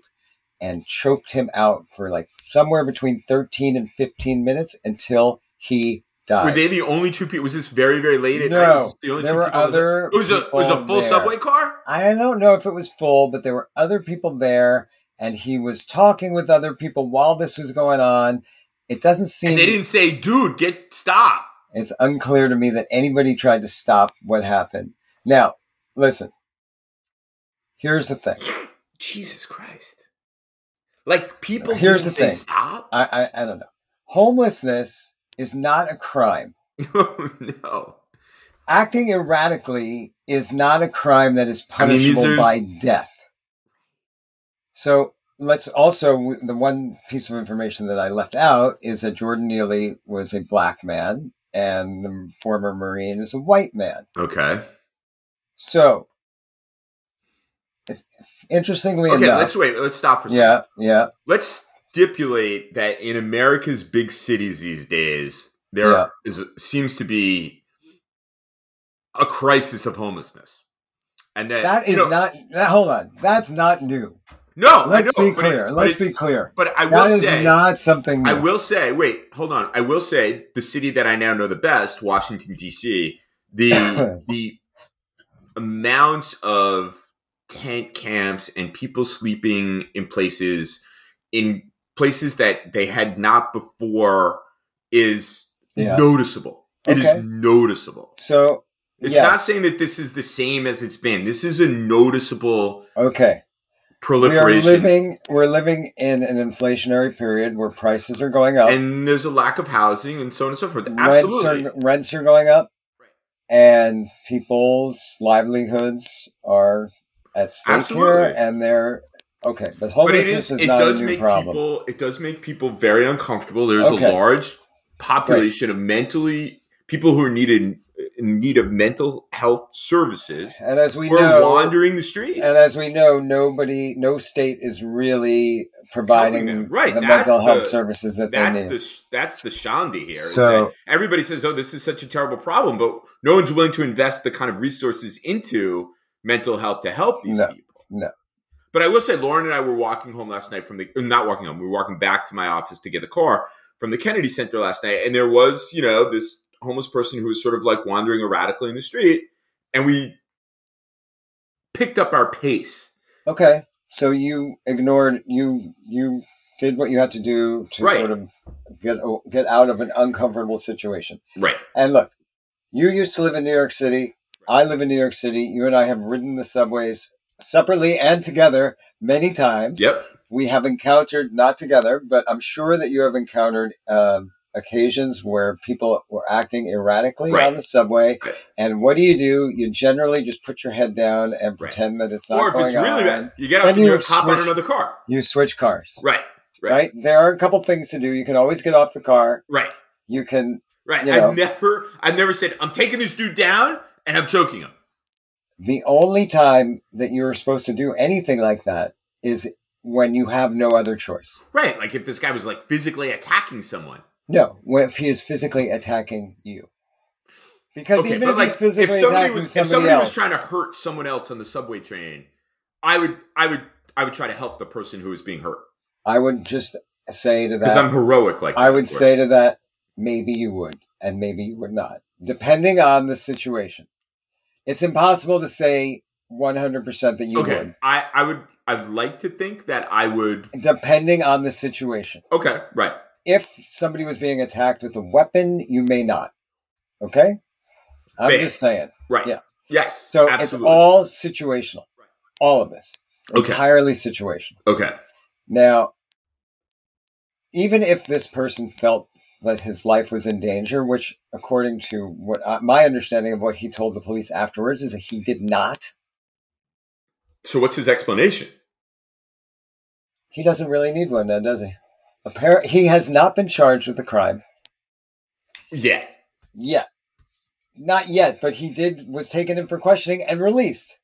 Speaker 2: and choked him out for like somewhere between 13 and 15 minutes until he
Speaker 3: Were
Speaker 2: died.
Speaker 3: they the only two people? Was this very, very late at night?
Speaker 2: No,
Speaker 3: Was the only
Speaker 2: there
Speaker 3: two
Speaker 2: were
Speaker 3: people on the-
Speaker 2: other
Speaker 3: It was a it was a
Speaker 2: people
Speaker 3: full
Speaker 2: there.
Speaker 3: subway car.
Speaker 2: I don't know if it was full, but there were other people there, and he was talking with other people while this was going on. It doesn't seem
Speaker 3: And they didn't say, "Dude, get stop."
Speaker 2: it's unclear to me that anybody tried to stop what happened. Now, listen. Here's the thing.
Speaker 3: Jesus Christ! Like people.
Speaker 2: Here's
Speaker 3: didn't
Speaker 2: the
Speaker 3: say
Speaker 2: thing.
Speaker 3: Stop.
Speaker 2: I, I I don't know. Homelessness is not a crime.
Speaker 3: no, no.
Speaker 2: Acting erratically is not a crime that is
Speaker 3: I mean, these
Speaker 2: punishable
Speaker 3: are-
Speaker 2: by death. So let's also the one piece of information that I left out is that Jordan Neely was a black man and the former Marine is a white man.
Speaker 3: Okay.
Speaker 2: So if- interestingly
Speaker 3: Okay.
Speaker 2: enough,
Speaker 3: Let's wait. Let's stop for a second.
Speaker 2: yeah, yeah,
Speaker 3: Let's stipulate that in America's big cities these days, there
Speaker 2: Yeah.
Speaker 3: is- seems to be a crisis of homelessness, and that
Speaker 2: that
Speaker 3: you
Speaker 2: is
Speaker 3: know-
Speaker 2: not. That, hold on, that's not new.
Speaker 3: No,
Speaker 2: Let's
Speaker 3: I know,
Speaker 2: be
Speaker 3: but it-
Speaker 2: clear.
Speaker 3: but
Speaker 2: let's
Speaker 3: it-
Speaker 2: be clear.
Speaker 3: But I will
Speaker 2: That is
Speaker 3: say,
Speaker 2: not something new.
Speaker 3: I will say, wait, hold on. I will say the city that I now know the best, Washington D.C. The the amounts of tent camps and people sleeping in places in places that they had not before is
Speaker 2: Yeah.
Speaker 3: noticeable. It is
Speaker 2: Okay.
Speaker 3: noticeable.
Speaker 2: So
Speaker 3: It's
Speaker 2: yes.
Speaker 3: not saying that this is the same as it's been. This is a noticeable
Speaker 2: okay. we are
Speaker 3: proliferation.
Speaker 2: living we're living in an inflationary period where prices are going up
Speaker 3: and there's a lack of housing and so on and so forth.
Speaker 2: rents
Speaker 3: Absolutely.
Speaker 2: are, rents are going up
Speaker 3: Right.
Speaker 2: and people's livelihoods are at stake here
Speaker 3: Absolutely.
Speaker 2: and they're okay but
Speaker 3: but it
Speaker 2: homelessness
Speaker 3: is,
Speaker 2: is,
Speaker 3: it
Speaker 2: not a
Speaker 3: does
Speaker 2: new
Speaker 3: make
Speaker 2: problem
Speaker 3: people it does make people very uncomfortable there's
Speaker 2: Okay.
Speaker 3: a large population of mentally people who are needed in need of mental health services
Speaker 2: and as we
Speaker 3: who are
Speaker 2: know
Speaker 3: wandering the streets
Speaker 2: and as we know nobody no state is really providing
Speaker 3: them. Right,
Speaker 2: the
Speaker 3: that's
Speaker 2: mental health
Speaker 3: the-
Speaker 2: services that
Speaker 3: that's
Speaker 2: they need
Speaker 3: the sh- that's the shandy here. is
Speaker 2: So-
Speaker 3: that everybody says, "Oh, this is such a terrible problem," but no one's willing to invest the kind of resources into mental health to help these
Speaker 2: No,
Speaker 3: people.
Speaker 2: no.
Speaker 3: But I will say, Lauren and I were walking home last night from the uh, not walking home. We were walking back to my office to get the car from the Kennedy Center last night, and there was you know this homeless person who was sort of like wandering erratically in the street, and we picked up our pace.
Speaker 2: Okay. So you ignored you you did what you had to do to
Speaker 3: Right.
Speaker 2: sort of get get out of an uncomfortable situation.
Speaker 3: Right.
Speaker 2: And look, you used to live in New York City. I live in New York City. You and I have ridden the subways separately and together many times.
Speaker 3: Yep.
Speaker 2: We have encountered not together, but I'm sure that you have encountered um, occasions where people were acting erratically
Speaker 3: Right.
Speaker 2: on the subway.
Speaker 3: Right.
Speaker 2: And what do you do? You generally just put your head down and
Speaker 3: Right.
Speaker 2: pretend that it's not
Speaker 3: Or if
Speaker 2: going
Speaker 3: it's really
Speaker 2: on.
Speaker 3: bad, you get
Speaker 2: oh
Speaker 3: out
Speaker 2: Then
Speaker 3: and you
Speaker 2: you
Speaker 3: hop on
Speaker 2: switch-
Speaker 3: another car.
Speaker 2: You switch cars.
Speaker 3: Right. Right.
Speaker 2: Right. There are a couple things to do. You can always get off the car.
Speaker 3: Right.
Speaker 2: You can
Speaker 3: Right.
Speaker 2: You know.
Speaker 3: I've never I've never said I'm taking this dude down and I'm choking him.
Speaker 2: the only time that you're supposed to do anything like that is when you have no other choice.
Speaker 3: Right. Like if this guy was like physically attacking someone.
Speaker 2: No, when- if he is physically attacking you. Because
Speaker 3: Okay,
Speaker 2: even
Speaker 3: but
Speaker 2: if
Speaker 3: like
Speaker 2: he's physically
Speaker 3: if somebody
Speaker 2: attacking
Speaker 3: was
Speaker 2: somebody,
Speaker 3: if somebody
Speaker 2: else,
Speaker 3: was trying to hurt someone else on the subway train, I would I would I would try to help the person who is being hurt.
Speaker 2: I would just say to
Speaker 3: Because
Speaker 2: that,
Speaker 3: I'm heroic like
Speaker 2: I
Speaker 3: that,
Speaker 2: would
Speaker 3: of course.
Speaker 2: say to that, maybe you would, and maybe you would not, depending on the situation. It's impossible to say 100% that you
Speaker 3: Okay. I, I would I'd like to think that I would
Speaker 2: would, depending on the situation.
Speaker 3: Okay, right.
Speaker 2: if somebody was being attacked with a weapon, you may not. Okay? I'm
Speaker 3: Fair.
Speaker 2: just saying.
Speaker 3: Right.
Speaker 2: Yeah.
Speaker 3: Yes.
Speaker 2: So
Speaker 3: absolutely.
Speaker 2: it's all situational. All of this.
Speaker 3: Okay.
Speaker 2: Entirely situational.
Speaker 3: Okay.
Speaker 2: Now, even if this person felt that his life was in danger, which, according to what I, my understanding of what he told the police afterwards, is that he did not.
Speaker 3: So what's his explanation?
Speaker 2: He doesn't really need one now, does he? Appar- he has not been charged with a crime.
Speaker 3: Yeah.
Speaker 2: Yeah. Not yet, but he did was taken in for questioning and released.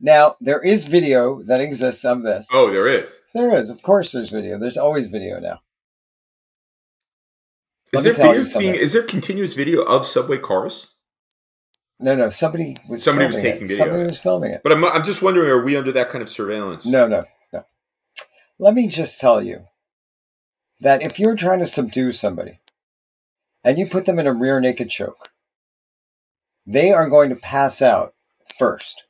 Speaker 2: Now, there is video that exists of this.
Speaker 3: Oh, there is.
Speaker 2: There is, of course there's video. There's always video now. Let
Speaker 3: Is
Speaker 2: me
Speaker 3: there
Speaker 2: tell you
Speaker 3: video
Speaker 2: something.
Speaker 3: being, is there continuous video of subway cars?
Speaker 2: No, no, somebody was
Speaker 3: Somebody was
Speaker 2: filming it.
Speaker 3: taking video
Speaker 2: Somebody
Speaker 3: of it.
Speaker 2: was filming it.
Speaker 3: But I'm, I'm just wondering, are we under that kind of surveillance?
Speaker 2: No, no, no. Let me just tell you that if you're trying to subdue somebody and you put them in a rear naked choke, they are going to pass out first.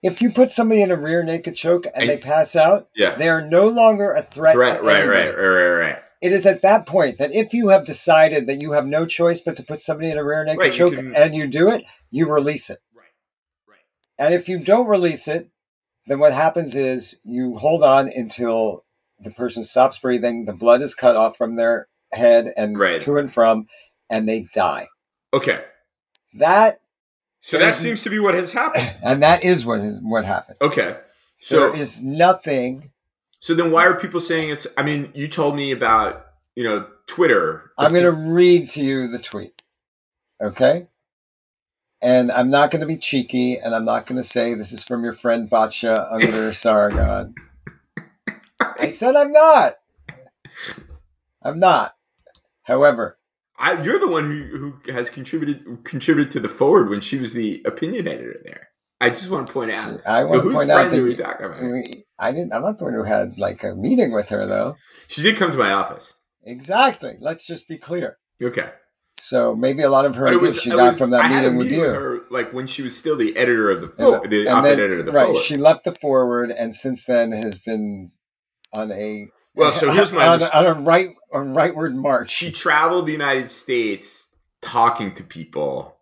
Speaker 2: If you put somebody in a rear naked choke and
Speaker 3: And-
Speaker 2: they pass out,
Speaker 3: Yeah.
Speaker 2: they are no longer a threat.
Speaker 3: Right,
Speaker 2: to
Speaker 3: right,
Speaker 2: anybody.
Speaker 3: right, right, right, right.
Speaker 2: It is at that point that if you have decided that you have no choice but to put somebody in a rear naked
Speaker 3: Right, you
Speaker 2: choke
Speaker 3: can-
Speaker 2: and you do it, you release it. And if you don't release it, then what happens is you hold on until the person stops breathing, the blood is cut off from their head and
Speaker 3: Right.
Speaker 2: to and from, and they die.
Speaker 3: Okay.
Speaker 2: That
Speaker 3: So that
Speaker 2: Mhm.
Speaker 3: seems to be what has happened.
Speaker 2: and that is what is what happened.
Speaker 3: Okay.
Speaker 2: there
Speaker 3: So
Speaker 2: is nothing.
Speaker 3: so then why are people saying it's I mean, you told me about, you know, Twitter.
Speaker 2: I'm going to read to you the tweet, okay? And I'm not going to be cheeky, and I'm not going to say this is from your friend Batya Ungar Sargon. I said I'm not. I'm not. However,
Speaker 3: I, you're the one who, who has contributed contributed to the forward when she was the opinion editor there. I just want to point out.
Speaker 2: I
Speaker 3: so
Speaker 2: want to
Speaker 3: whose
Speaker 2: point
Speaker 3: friend
Speaker 2: out
Speaker 3: are we
Speaker 2: that
Speaker 3: talking about?
Speaker 2: we- I didn't. I'm not the one who had like a meeting with her though.
Speaker 3: She did come to my office.
Speaker 2: Exactly. Let's just be clear.
Speaker 3: Okay.
Speaker 2: So maybe a lot of her
Speaker 3: But it
Speaker 2: ideas
Speaker 3: was,
Speaker 2: she
Speaker 3: it
Speaker 2: got
Speaker 3: was-
Speaker 2: from that
Speaker 3: I had a
Speaker 2: meeting, with you.
Speaker 3: her, like when she was still the editor of the
Speaker 2: And
Speaker 3: Fo- the op-ed
Speaker 2: then-
Speaker 3: editor of the
Speaker 2: right,
Speaker 3: Forward.
Speaker 2: she left the forward, and since then has been on a
Speaker 3: well, so here's my
Speaker 2: on, a-
Speaker 3: understanding.
Speaker 2: on a right a rightward march.
Speaker 3: she traveled the United States talking to people,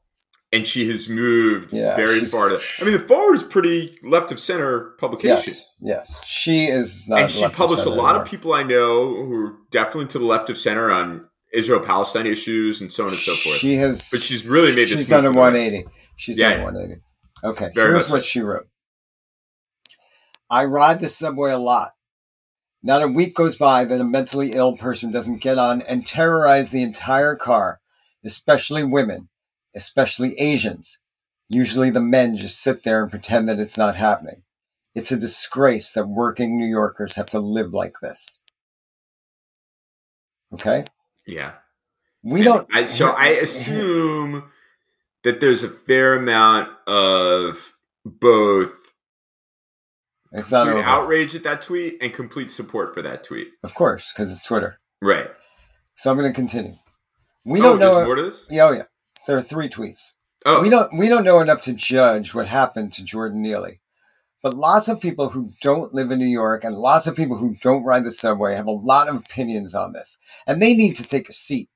Speaker 3: and she has moved
Speaker 2: Yeah,
Speaker 3: very
Speaker 2: she's-
Speaker 3: far. To, I mean, the Forward is pretty left of center publication,
Speaker 2: yes, yes, she is not.
Speaker 3: and she
Speaker 2: left of
Speaker 3: published a
Speaker 2: center
Speaker 3: lot of
Speaker 2: anymore.
Speaker 3: people I know who are definitely to the left of center on Israel Palestine issues and so on and so forth.
Speaker 2: She has.
Speaker 3: but she's really made this.
Speaker 2: She's
Speaker 3: move
Speaker 2: on a
Speaker 3: to the right.
Speaker 2: 180. She's
Speaker 3: Yeah,
Speaker 2: on
Speaker 3: yeah.
Speaker 2: a 180. Okay,
Speaker 3: Very
Speaker 2: here's
Speaker 3: much
Speaker 2: what she wrote. I ride the subway a lot. Not a week goes by that a mentally ill person doesn't get on and terrorize the entire car, especially women, especially Asians. Usually the men just sit there and pretend that it's not happening. It's a disgrace that working New Yorkers have to live like this. Okay?
Speaker 3: Yeah,
Speaker 2: We
Speaker 3: And
Speaker 2: don't.
Speaker 3: I, so I assume that there's a fair amount of both
Speaker 2: It's not
Speaker 3: Complete
Speaker 2: over.
Speaker 3: outrage at that tweet and complete support for that tweet.
Speaker 2: Of course, because it's Twitter.
Speaker 3: Right.
Speaker 2: So I'm going to continue. We
Speaker 3: oh,
Speaker 2: don't
Speaker 3: there's
Speaker 2: know.
Speaker 3: more to this.
Speaker 2: Yeah, oh yeah, there are three tweets.
Speaker 3: Oh,
Speaker 2: We don't we don't know enough to judge what happened to Jordan Neely. But lots of people who don't live in New York and lots of people who don't ride the subway have a lot of opinions on this. And they need to take a seat.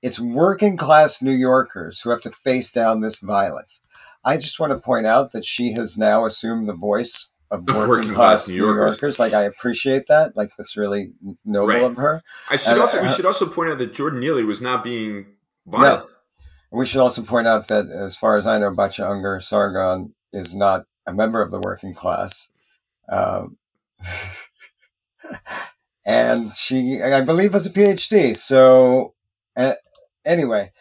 Speaker 2: It's working class New Yorkers who have to face down this violence. I just want to point out that she has now assumed the voice of working, class, New Yorkers. Like I appreciate that. Like that's really noble
Speaker 3: Right.
Speaker 2: of her.
Speaker 3: I should
Speaker 2: Uh,
Speaker 3: also we
Speaker 2: uh,
Speaker 3: should also point out that Jordan Neely was not being violent.
Speaker 2: We should also point out that, as far as I know, Batya Unger Sargon is not a member of the working class. Um, and she, I believe, has a PhD. So, uh, anyway,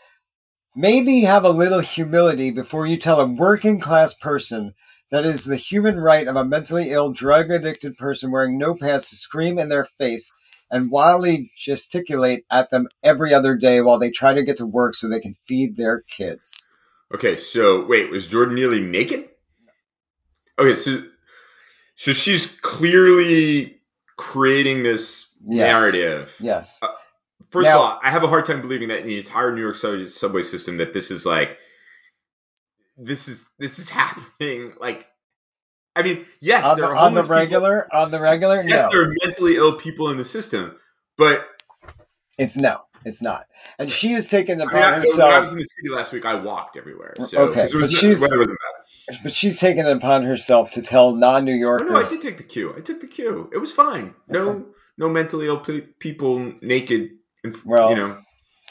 Speaker 2: maybe have a little humility before you tell a working class person that is the human right of a mentally ill, drug addicted person wearing no pants to scream in their face and wildly gesticulate at them every other day while they try to get to work so they can feed their kids.
Speaker 3: Okay, so wait, was Jordan Neely naked? Okay, so so she's clearly creating this
Speaker 2: Yes.
Speaker 3: narrative.
Speaker 2: Yes.
Speaker 3: First
Speaker 2: Now-
Speaker 3: of all, I have a hard time believing that in the entire New York subway, subway system that this is like this is this is happening. Like, I mean, yes,
Speaker 2: on,
Speaker 3: there
Speaker 2: the, on
Speaker 3: are
Speaker 2: the
Speaker 3: homeless people-
Speaker 2: regular, on the regular,
Speaker 3: Yes,
Speaker 2: no,
Speaker 3: there are mentally ill people in the system, but
Speaker 2: it's no, it's not. And she has taken
Speaker 3: I mean, I-
Speaker 2: upon
Speaker 3: when I was
Speaker 2: herself,
Speaker 3: in the city last week, I walked everywhere. So
Speaker 2: Uh, Okay,
Speaker 3: 'cause it was,
Speaker 2: but
Speaker 3: no-
Speaker 2: she's-
Speaker 3: weather wasn't bad.
Speaker 2: but she's taken it upon herself to tell non-New
Speaker 3: Oh, no, I
Speaker 2: Yorkers.
Speaker 3: did take the cue. I took the cue. It was fine.
Speaker 2: Okay.
Speaker 3: No, no mentally ill pe- people naked. And,
Speaker 2: Well,
Speaker 3: you know,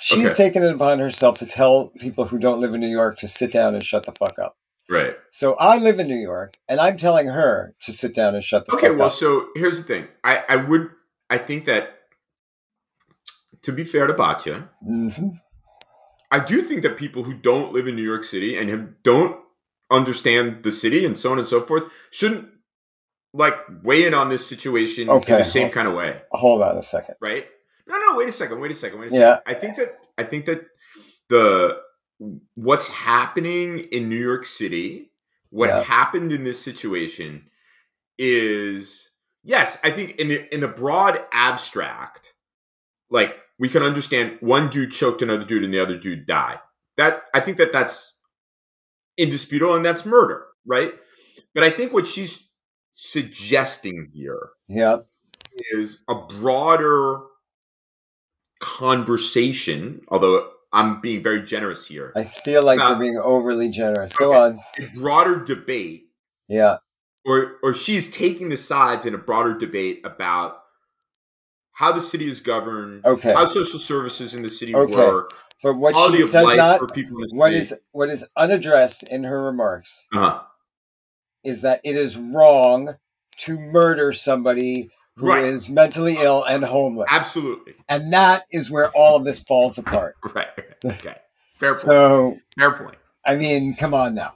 Speaker 2: She's
Speaker 3: okay.
Speaker 2: taken it upon herself to tell people who don't live in New York to sit down and shut the fuck up.
Speaker 3: right?
Speaker 2: So I live in New York, and I'm telling her to sit down and shut the
Speaker 3: Okay.
Speaker 2: fuck
Speaker 3: Well,
Speaker 2: up.
Speaker 3: so here's the thing. I, I would. I think that to be fair to Batya,
Speaker 2: hmm
Speaker 3: I do think that people who don't live in New York City and have, don't understand the city and so on and so forth shouldn't like weigh in on this situation in
Speaker 2: Okay.
Speaker 3: the same kind of way.
Speaker 2: Hold on a second.
Speaker 3: right? No, no, wait a second, wait a second, wait a second.
Speaker 2: Yeah.
Speaker 3: I think that I think that the what's happening in New York City, what
Speaker 2: Yeah.
Speaker 3: happened in this situation is yes, I think in the in the broad abstract, like we can understand one dude choked another dude and the other dude died. That I think that that's indisputable and that's murder, right? But I think what she's suggesting here
Speaker 2: Yeah,
Speaker 3: is a broader conversation, although I'm being very generous here,
Speaker 2: I feel like
Speaker 3: Nah.
Speaker 2: you're being overly generous. Go
Speaker 3: Okay.
Speaker 2: on.
Speaker 3: a broader debate,
Speaker 2: Yeah.
Speaker 3: or or she's taking the sides in a broader debate about how the city is governed,
Speaker 2: Okay.
Speaker 3: how social services in the city
Speaker 2: Okay.
Speaker 3: work,
Speaker 2: But what
Speaker 3: quality
Speaker 2: she
Speaker 3: of
Speaker 2: does
Speaker 3: life
Speaker 2: not,
Speaker 3: for people in the city.
Speaker 2: what is what is unaddressed in her remarks
Speaker 3: uh-huh.
Speaker 2: is that it is wrong to murder somebody who is
Speaker 3: Right.
Speaker 2: mentally ill and homeless,
Speaker 3: absolutely
Speaker 2: and that is where all of this falls apart.
Speaker 3: right. Okay, fair point.
Speaker 2: So,
Speaker 3: fair point.
Speaker 2: I mean, come on now,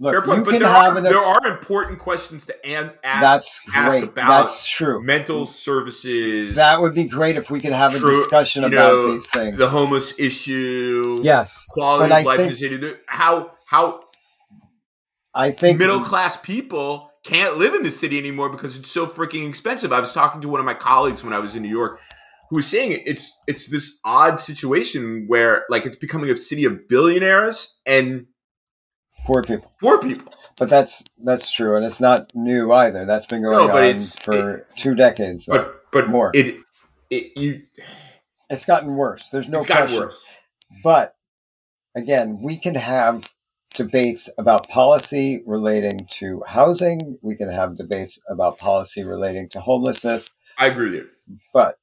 Speaker 3: Fair
Speaker 2: look,
Speaker 3: point.
Speaker 2: you
Speaker 3: But
Speaker 2: can
Speaker 3: there
Speaker 2: have
Speaker 3: are,
Speaker 2: an.
Speaker 3: there are important questions to an- ask.
Speaker 2: that's
Speaker 3: ask
Speaker 2: great.
Speaker 3: about
Speaker 2: That's true.
Speaker 3: mental services.
Speaker 2: That would be great if we could have a
Speaker 3: True,
Speaker 2: discussion
Speaker 3: you
Speaker 2: about
Speaker 3: know,
Speaker 2: these things.
Speaker 3: the homeless issue,
Speaker 2: yes,
Speaker 3: quality
Speaker 2: But
Speaker 3: of
Speaker 2: I
Speaker 3: life,
Speaker 2: think-
Speaker 3: is it- how how
Speaker 2: I think
Speaker 3: middle class people can't live in the city anymore because it's so freaking expensive. I was talking to one of my colleagues when I was in New York who was saying it- it's it's this odd situation where like it's becoming a city of billionaires and
Speaker 2: poor people.
Speaker 3: poor people.
Speaker 2: But that's that's true, and it's not new either. That's been going
Speaker 3: No, but
Speaker 2: on
Speaker 3: it's-
Speaker 2: for two decades. now.
Speaker 3: But but
Speaker 2: More.
Speaker 3: it it you
Speaker 2: it's gotten worse. There's no
Speaker 3: it's gotten
Speaker 2: question.
Speaker 3: worse.
Speaker 2: But again, we can have debates about policy relating to housing. We can have debates about policy relating to homelessness,
Speaker 3: I agree with you.
Speaker 2: but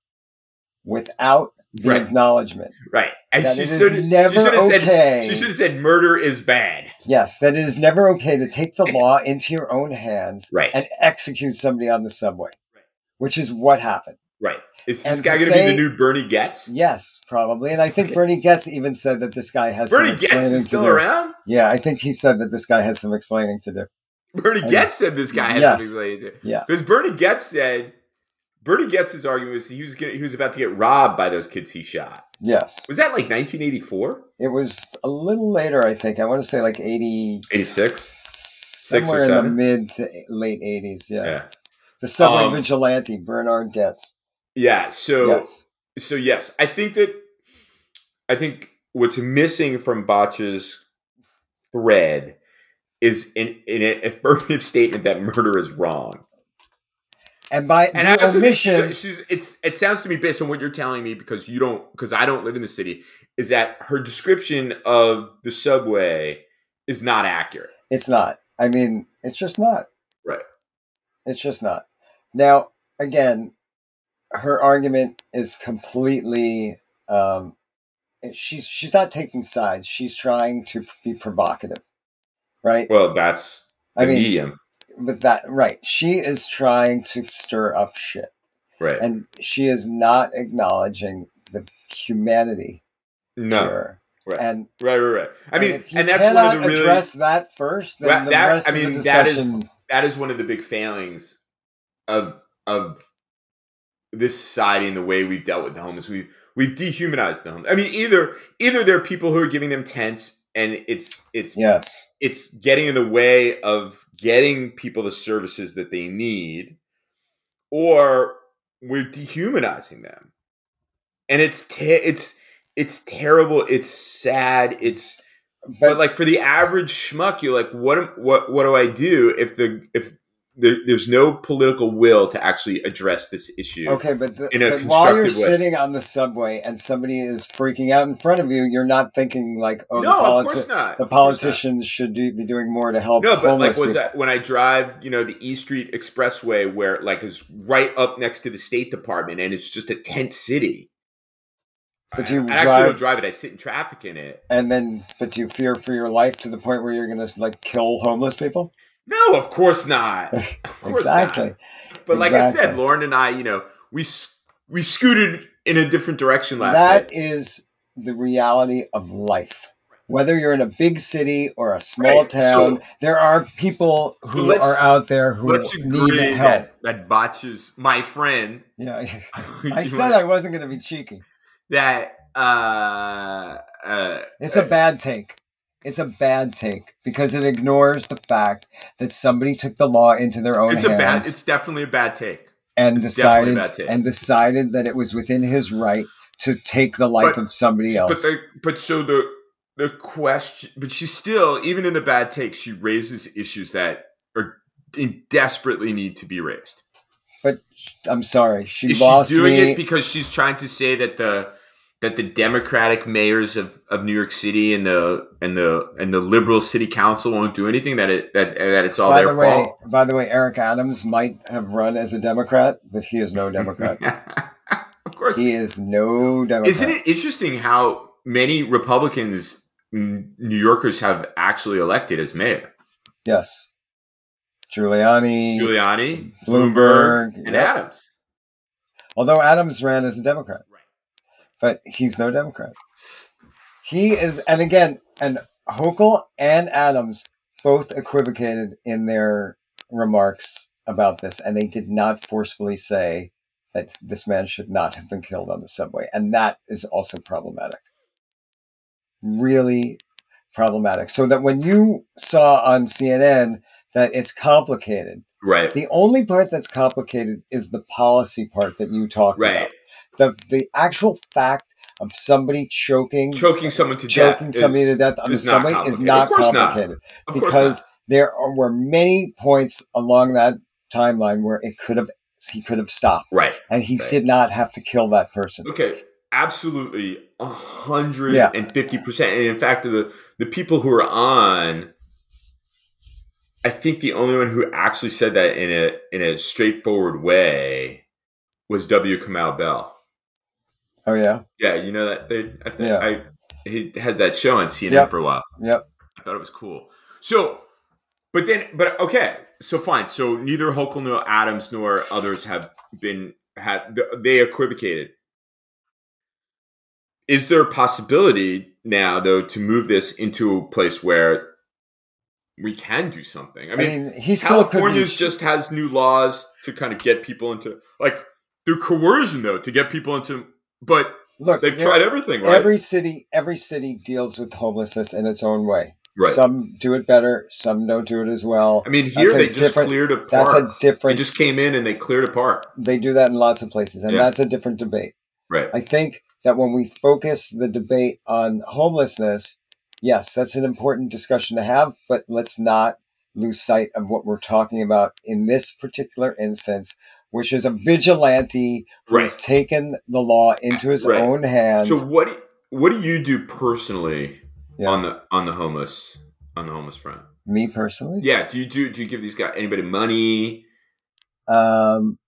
Speaker 2: without the
Speaker 3: Right.
Speaker 2: acknowledgement
Speaker 3: Right. And
Speaker 2: that
Speaker 3: she
Speaker 2: it is
Speaker 3: should
Speaker 2: never
Speaker 3: she should have said
Speaker 2: okay.
Speaker 3: she should have said murder is bad.
Speaker 2: yes, that it is never okay to take the law into your own hands
Speaker 3: Right.
Speaker 2: and execute somebody on the subway,
Speaker 3: Right.
Speaker 2: which is what happened.
Speaker 3: Right. Is this
Speaker 2: And
Speaker 3: guy
Speaker 2: to
Speaker 3: going to be
Speaker 2: say-
Speaker 3: the new Bernie Getz?
Speaker 2: Yes, probably. And I think Bernie Getz even said that this guy has
Speaker 3: Bernie
Speaker 2: some
Speaker 3: Getz
Speaker 2: explaining
Speaker 3: is
Speaker 2: to
Speaker 3: still
Speaker 2: do.
Speaker 3: around.
Speaker 2: Yeah, I think he said that this guy has some explaining to do.
Speaker 3: Bernie
Speaker 2: I-
Speaker 3: Getz said this guy has
Speaker 2: Yes.
Speaker 3: something related to
Speaker 2: Yeah.
Speaker 3: Because Bernie Getz said Bernie Getz's argument was he was gonna, he was about to get robbed by those kids he shot.
Speaker 2: Yes.
Speaker 3: Was that like 1984,
Speaker 2: It was a little later, I think. I want to say like 80,
Speaker 3: 86? or
Speaker 2: somewhere in the
Speaker 3: seven?
Speaker 2: mid to late 80s. Yeah.
Speaker 3: Yeah.
Speaker 2: The subway
Speaker 3: Um,
Speaker 2: vigilante, Bernard Getz.
Speaker 3: Yeah. So
Speaker 2: yes.
Speaker 3: so yes, I think that I think what's missing from Botch's thread is an, an affirmative statement that murder is wrong.
Speaker 2: And by
Speaker 3: And
Speaker 2: the
Speaker 3: I also
Speaker 2: omission,
Speaker 3: think she's, it's it sounds to me based on what you're telling me because you don't because I don't live in the city is that her description of the subway is not accurate.
Speaker 2: it's not. I mean, it's just not.
Speaker 3: Right.
Speaker 2: It's just not. Now, again, her argument is completely. Um, she's she's not taking sides. She's trying to be provocative, right?
Speaker 3: Well, that's the
Speaker 2: I mean,
Speaker 3: medium,
Speaker 2: but that right. She is trying to stir up shit.
Speaker 3: right?
Speaker 2: and she is not acknowledging the humanity
Speaker 3: no,
Speaker 2: here.
Speaker 3: right,
Speaker 2: And
Speaker 3: right, right, right. I mean,
Speaker 2: and,
Speaker 3: and,
Speaker 2: if you
Speaker 3: that's
Speaker 2: cannot
Speaker 3: one of the really
Speaker 2: address that first, then
Speaker 3: Right,
Speaker 2: the
Speaker 3: that-
Speaker 2: rest
Speaker 3: I
Speaker 2: of the
Speaker 3: mean, that is-
Speaker 2: discussion.
Speaker 3: that is one of the big failings of of this society and the way we've dealt with the homeless. We've we've dehumanized the homeless. I mean, either either there are people who are giving them tents and it's it's
Speaker 2: yes,
Speaker 3: it's getting in the way of getting people the services that they need, or we're dehumanizing them, and it's te- it's it's terrible. It's sad. It's
Speaker 2: but,
Speaker 3: but, like for the average schmuck, you're like, what am, what what do I do if the if the, there's no political will to actually address this issue?
Speaker 2: okay, but, the,
Speaker 3: in a
Speaker 2: but while you're
Speaker 3: constructive way.
Speaker 2: sitting on the subway and somebody is freaking out in front of you, you're not thinking like, oh, the,
Speaker 3: no, of
Speaker 2: politi-
Speaker 3: course not.
Speaker 2: the
Speaker 3: Of course not.
Speaker 2: politicians should do, be doing more to help.
Speaker 3: No, but like,
Speaker 2: homeless
Speaker 3: was
Speaker 2: people.
Speaker 3: that when I drive, you know, the E Street Expressway, where like is right up next to the State Department, and it's just a tent city.
Speaker 2: But you
Speaker 3: I actually
Speaker 2: drive-
Speaker 3: don't drive it. I sit in traffic in it.
Speaker 2: And then, but do you fear for your life to the point where you're going to like kill homeless people?
Speaker 3: No, of course not. Of course
Speaker 2: Exactly.
Speaker 3: not. But like I said,
Speaker 2: Exactly.
Speaker 3: Lauren and I, you know, we s- we scooted in a different direction last night.
Speaker 2: That is the reality of life. Whether you're in a big city or a small
Speaker 3: Right,
Speaker 2: town,
Speaker 3: so-
Speaker 2: there are people
Speaker 3: So
Speaker 2: who
Speaker 3: let's-
Speaker 2: are out there who
Speaker 3: Let's
Speaker 2: need
Speaker 3: agree
Speaker 2: help.
Speaker 3: that that botches my friend.
Speaker 2: Yeah,
Speaker 3: you
Speaker 2: I said
Speaker 3: wanna-
Speaker 2: I wasn't going to be cheeky.
Speaker 3: that. Uh, uh,
Speaker 2: It's a bad take. It's a bad take because it ignores the fact that somebody took the law into their own
Speaker 3: it's a
Speaker 2: hands
Speaker 3: bad. It's definitely a bad take.
Speaker 2: and
Speaker 3: it's definitely
Speaker 2: decided
Speaker 3: a bad take.
Speaker 2: and decided that it was within his right to take the life
Speaker 3: But-
Speaker 2: of somebody else.
Speaker 3: But the but so the the question. But she still, even in the bad take, she raises issues that are in desperately need to be raised.
Speaker 2: but I'm sorry, she
Speaker 3: Is
Speaker 2: lost
Speaker 3: she doing
Speaker 2: me.
Speaker 3: it because she's trying to say that the that the Democratic mayors of, of New York City and the and the and the liberal city council won't do anything that it that that it's all
Speaker 2: by
Speaker 3: their
Speaker 2: the way,
Speaker 3: fault?
Speaker 2: by the way, Eric Adams might have run as a Democrat, but he is no Democrat.
Speaker 3: of course.
Speaker 2: he is no Democrat.
Speaker 3: Isn't it interesting how many Republicans n- New Yorkers have actually elected as mayor?
Speaker 2: Yes. Giuliani.
Speaker 3: Giuliani,
Speaker 2: Bloomberg,
Speaker 3: Bloomberg, and
Speaker 2: yep.
Speaker 3: Adams.
Speaker 2: Although Adams ran as a Democrat,
Speaker 3: Right.
Speaker 2: but he's no Democrat. He is, and again, and Hochul and Adams both equivocated in their remarks about this, and they did not forcefully say that this man should not have been killed on the subway, and that is also problematic. Really problematic. So that when you saw on CNN that it's complicated,
Speaker 3: Right.
Speaker 2: the only part that's complicated is the policy part that you talked
Speaker 3: Right.
Speaker 2: about. The the actual fact of somebody choking
Speaker 3: Choking someone to
Speaker 2: choking
Speaker 3: death.
Speaker 2: somebody
Speaker 3: is-
Speaker 2: to death on the
Speaker 3: is not
Speaker 2: subway is
Speaker 3: complicated.
Speaker 2: not
Speaker 3: Of course not.
Speaker 2: complicated
Speaker 3: of course
Speaker 2: because
Speaker 3: not.
Speaker 2: there are- were many points along that timeline where it could have he could have stopped
Speaker 3: Right.
Speaker 2: and he
Speaker 3: Right.
Speaker 2: did not have to kill that person.
Speaker 3: Okay, absolutely, a hundred
Speaker 2: Yeah.
Speaker 3: and fifty percent. And in fact, the the people who are on, I think the only one who actually said that in a in a straightforward way was W. Kamau Bell.
Speaker 2: Oh yeah.
Speaker 3: Yeah, you know that they. I, think
Speaker 2: Yeah.
Speaker 3: I he had that show on CNN
Speaker 2: Yep.
Speaker 3: for a while.
Speaker 2: Yep.
Speaker 3: I thought it was cool. So, but then, but okay, so fine. So neither Hochul nor Adams nor others have been had. They equivocated. Is there a possibility now, though, to move this into a place where we can do something? I
Speaker 2: I
Speaker 3: mean,
Speaker 2: mean, he still could be
Speaker 3: California's just has new laws to kind of get people into like through coercion, though, to get people into. But
Speaker 2: look
Speaker 3: they've
Speaker 2: there-
Speaker 3: tried everything, right?
Speaker 2: every city every city deals with homelessness in its own way.
Speaker 3: Right.
Speaker 2: Some do it better, some don't do it as well.
Speaker 3: I mean, here
Speaker 2: That's a
Speaker 3: they just
Speaker 2: different-
Speaker 3: cleared a
Speaker 2: That's
Speaker 3: park.
Speaker 2: a
Speaker 3: They
Speaker 2: different.
Speaker 3: just came in and they cleared a park.
Speaker 2: they do that in lots of places, and
Speaker 3: Yeah.
Speaker 2: that's a different debate.
Speaker 3: Right.
Speaker 2: I think that when we focus the debate on homelessness, yes, that's an important discussion to have, but let's not lose sight of what we're talking about in this particular instance, which is a vigilante who's
Speaker 3: Right.
Speaker 2: taken the law into his
Speaker 3: Right.
Speaker 2: own hands.
Speaker 3: So what do- what do you do personally
Speaker 2: Yeah.
Speaker 3: on the on the homeless on the homeless front?
Speaker 2: Me personally,
Speaker 3: Yeah, do you do do you give these guys anybody money?
Speaker 2: um,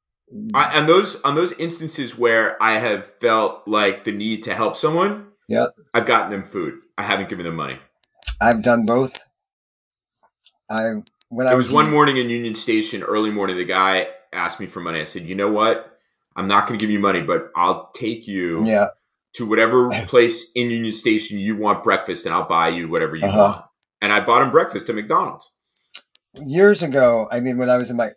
Speaker 3: I, on those on those instances where I have felt like the need to help someone,
Speaker 2: Yeah.
Speaker 3: I've gotten them food. I haven't given them money.
Speaker 2: I've done both. I when I
Speaker 3: There was one morning in Union Station, early morning. The guy asked me for money. I said, "You know what? I'm not going to give you money, but I'll take you
Speaker 2: Yeah,
Speaker 3: to whatever place in Union Station you want breakfast, and I'll buy you whatever you
Speaker 2: Uh-huh.
Speaker 3: want." And I bought him breakfast at McDonald's.
Speaker 2: years ago. I mean, when I was in my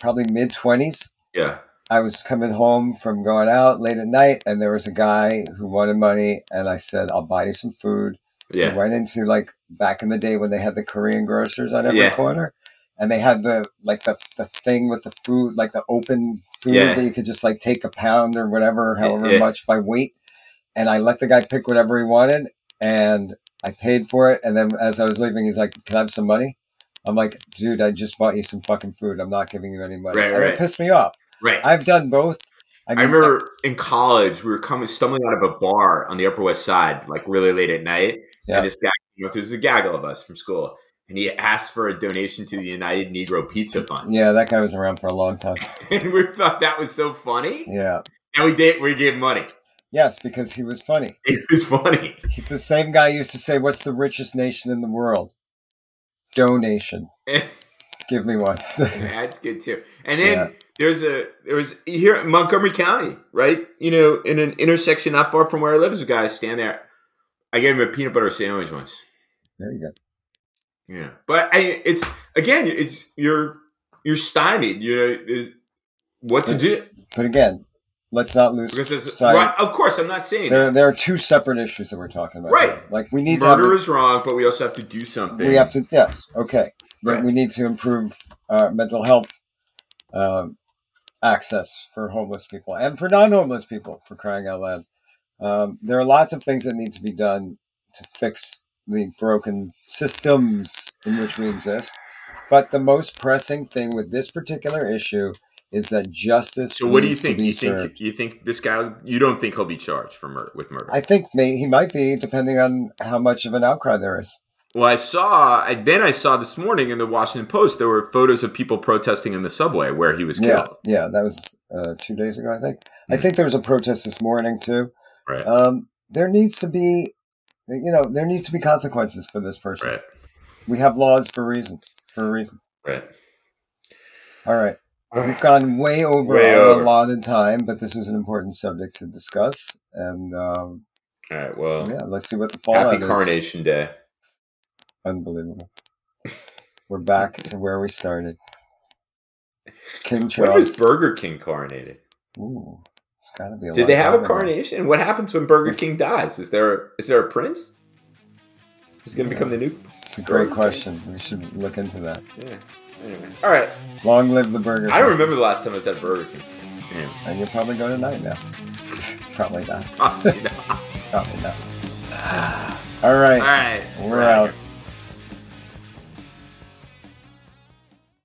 Speaker 2: probably mid twenties,
Speaker 3: Yeah,
Speaker 2: I was coming home from going out late at night, and there was a guy who wanted money, and I said, "I'll buy you some food." We
Speaker 3: yeah,
Speaker 2: went into like back in the day when they had the Korean grocers on every
Speaker 3: Yeah.
Speaker 2: corner, and they had the like the the thing with the food, like the open food
Speaker 3: Yeah.
Speaker 2: that you could just like take a pound or whatever, however
Speaker 3: yeah.
Speaker 2: much by weight, and I let the guy pick whatever he wanted, and I paid for it, and then as I was leaving, he's like, "Can I have some money?" I'm like, "Dude, I just bought you some fucking food. I'm not giving you any money."
Speaker 3: Right,
Speaker 2: and
Speaker 3: right.
Speaker 2: it pissed me off.
Speaker 3: right.
Speaker 2: I've done both. mean,
Speaker 3: I remember in college we were coming stumbling out of a bar on the Upper West Side, like really late at night,
Speaker 2: Yeah.
Speaker 3: and this guy, you know, there's a gaggle of us from school, and he asked for a donation to the United Negro Pizza Fund,
Speaker 2: Yeah, that guy was around for a long time.
Speaker 3: and we thought that was so funny,
Speaker 2: Yeah.
Speaker 3: and we did. We gave money.
Speaker 2: Yes, because he was funny.
Speaker 3: It was funny.
Speaker 2: He, the same guy used to say, "What's the richest nation in the world?" Donation. Give me one.
Speaker 3: That's good too. And then there's a there was here in Montgomery County, right? You know, in an intersection not far from where I live, is a guy stand there. I gave him a peanut butter sandwich once.
Speaker 2: there you go.
Speaker 3: Yeah, but I, it's again, it's you're you're stymied. You know it- what to do
Speaker 2: But again, let's not lose.
Speaker 3: because it's
Speaker 2: Sorry.
Speaker 3: right. Of course, I'm not saying
Speaker 2: There, there are two separate issues that we're talking about. here.
Speaker 3: Right.
Speaker 2: Like we need
Speaker 3: murder
Speaker 2: to.
Speaker 3: is wrong, but we also have to do
Speaker 2: Have,
Speaker 3: something.
Speaker 2: we have to. Yes. Okay. But
Speaker 3: Right.
Speaker 2: we need to improve uh, mental health um access for homeless people and for non-homeless people. For crying out loud, um, there are lots of things that need to be done to fix the broken systems in which we exist. But the most pressing thing with this particular issue is that justice.
Speaker 3: So, what do you
Speaker 2: needs to
Speaker 3: think?
Speaker 2: be
Speaker 3: You think
Speaker 2: served.
Speaker 3: you think this guy? You don't think he'll be charged for murder with murder?
Speaker 2: I think may, he might be, depending on how much of an outcry there is.
Speaker 3: Well, I saw. I, then I saw this morning in the Washington Post there were photos of people protesting in the subway where he was
Speaker 2: Yeah,
Speaker 3: killed.
Speaker 2: yeah, that was uh, two days ago, I think. I
Speaker 3: Mhm.
Speaker 2: think there was a protest this morning too.
Speaker 3: Right.
Speaker 2: Um, there needs to be, you know, there needs to be consequences for this person.
Speaker 3: Right.
Speaker 2: We have laws for a reason. For a reason.
Speaker 3: Right.
Speaker 2: All right, we've gone way over
Speaker 3: Way
Speaker 2: our
Speaker 3: over.
Speaker 2: allotted time, but this was an important subject to discuss, and um,
Speaker 3: All right. Well,
Speaker 2: yeah, let's see what the
Speaker 3: happy
Speaker 2: fallout is.
Speaker 3: Carnation Day.
Speaker 2: Unbelievable. We're back to where we started. King
Speaker 3: When was
Speaker 2: Charles.
Speaker 3: Burger King coronated?
Speaker 2: Ooh, it's got to be. A
Speaker 3: Did
Speaker 2: long
Speaker 3: they have
Speaker 2: time
Speaker 3: a
Speaker 2: ago.
Speaker 3: coronation? What happens when Burger King dies? Is there is there a prince? Who's going to become the new?
Speaker 2: It's a great question. We should look into that.
Speaker 3: Yeah. Anyway. All right.
Speaker 2: Long live the burger.
Speaker 3: I
Speaker 2: King.
Speaker 3: don't remember the last time I was at Burger King. Anyway.
Speaker 2: And you'll probably go tonight now. probably not.
Speaker 3: Ah, you know.
Speaker 2: Probably not. All right.
Speaker 3: All right.
Speaker 2: We're out.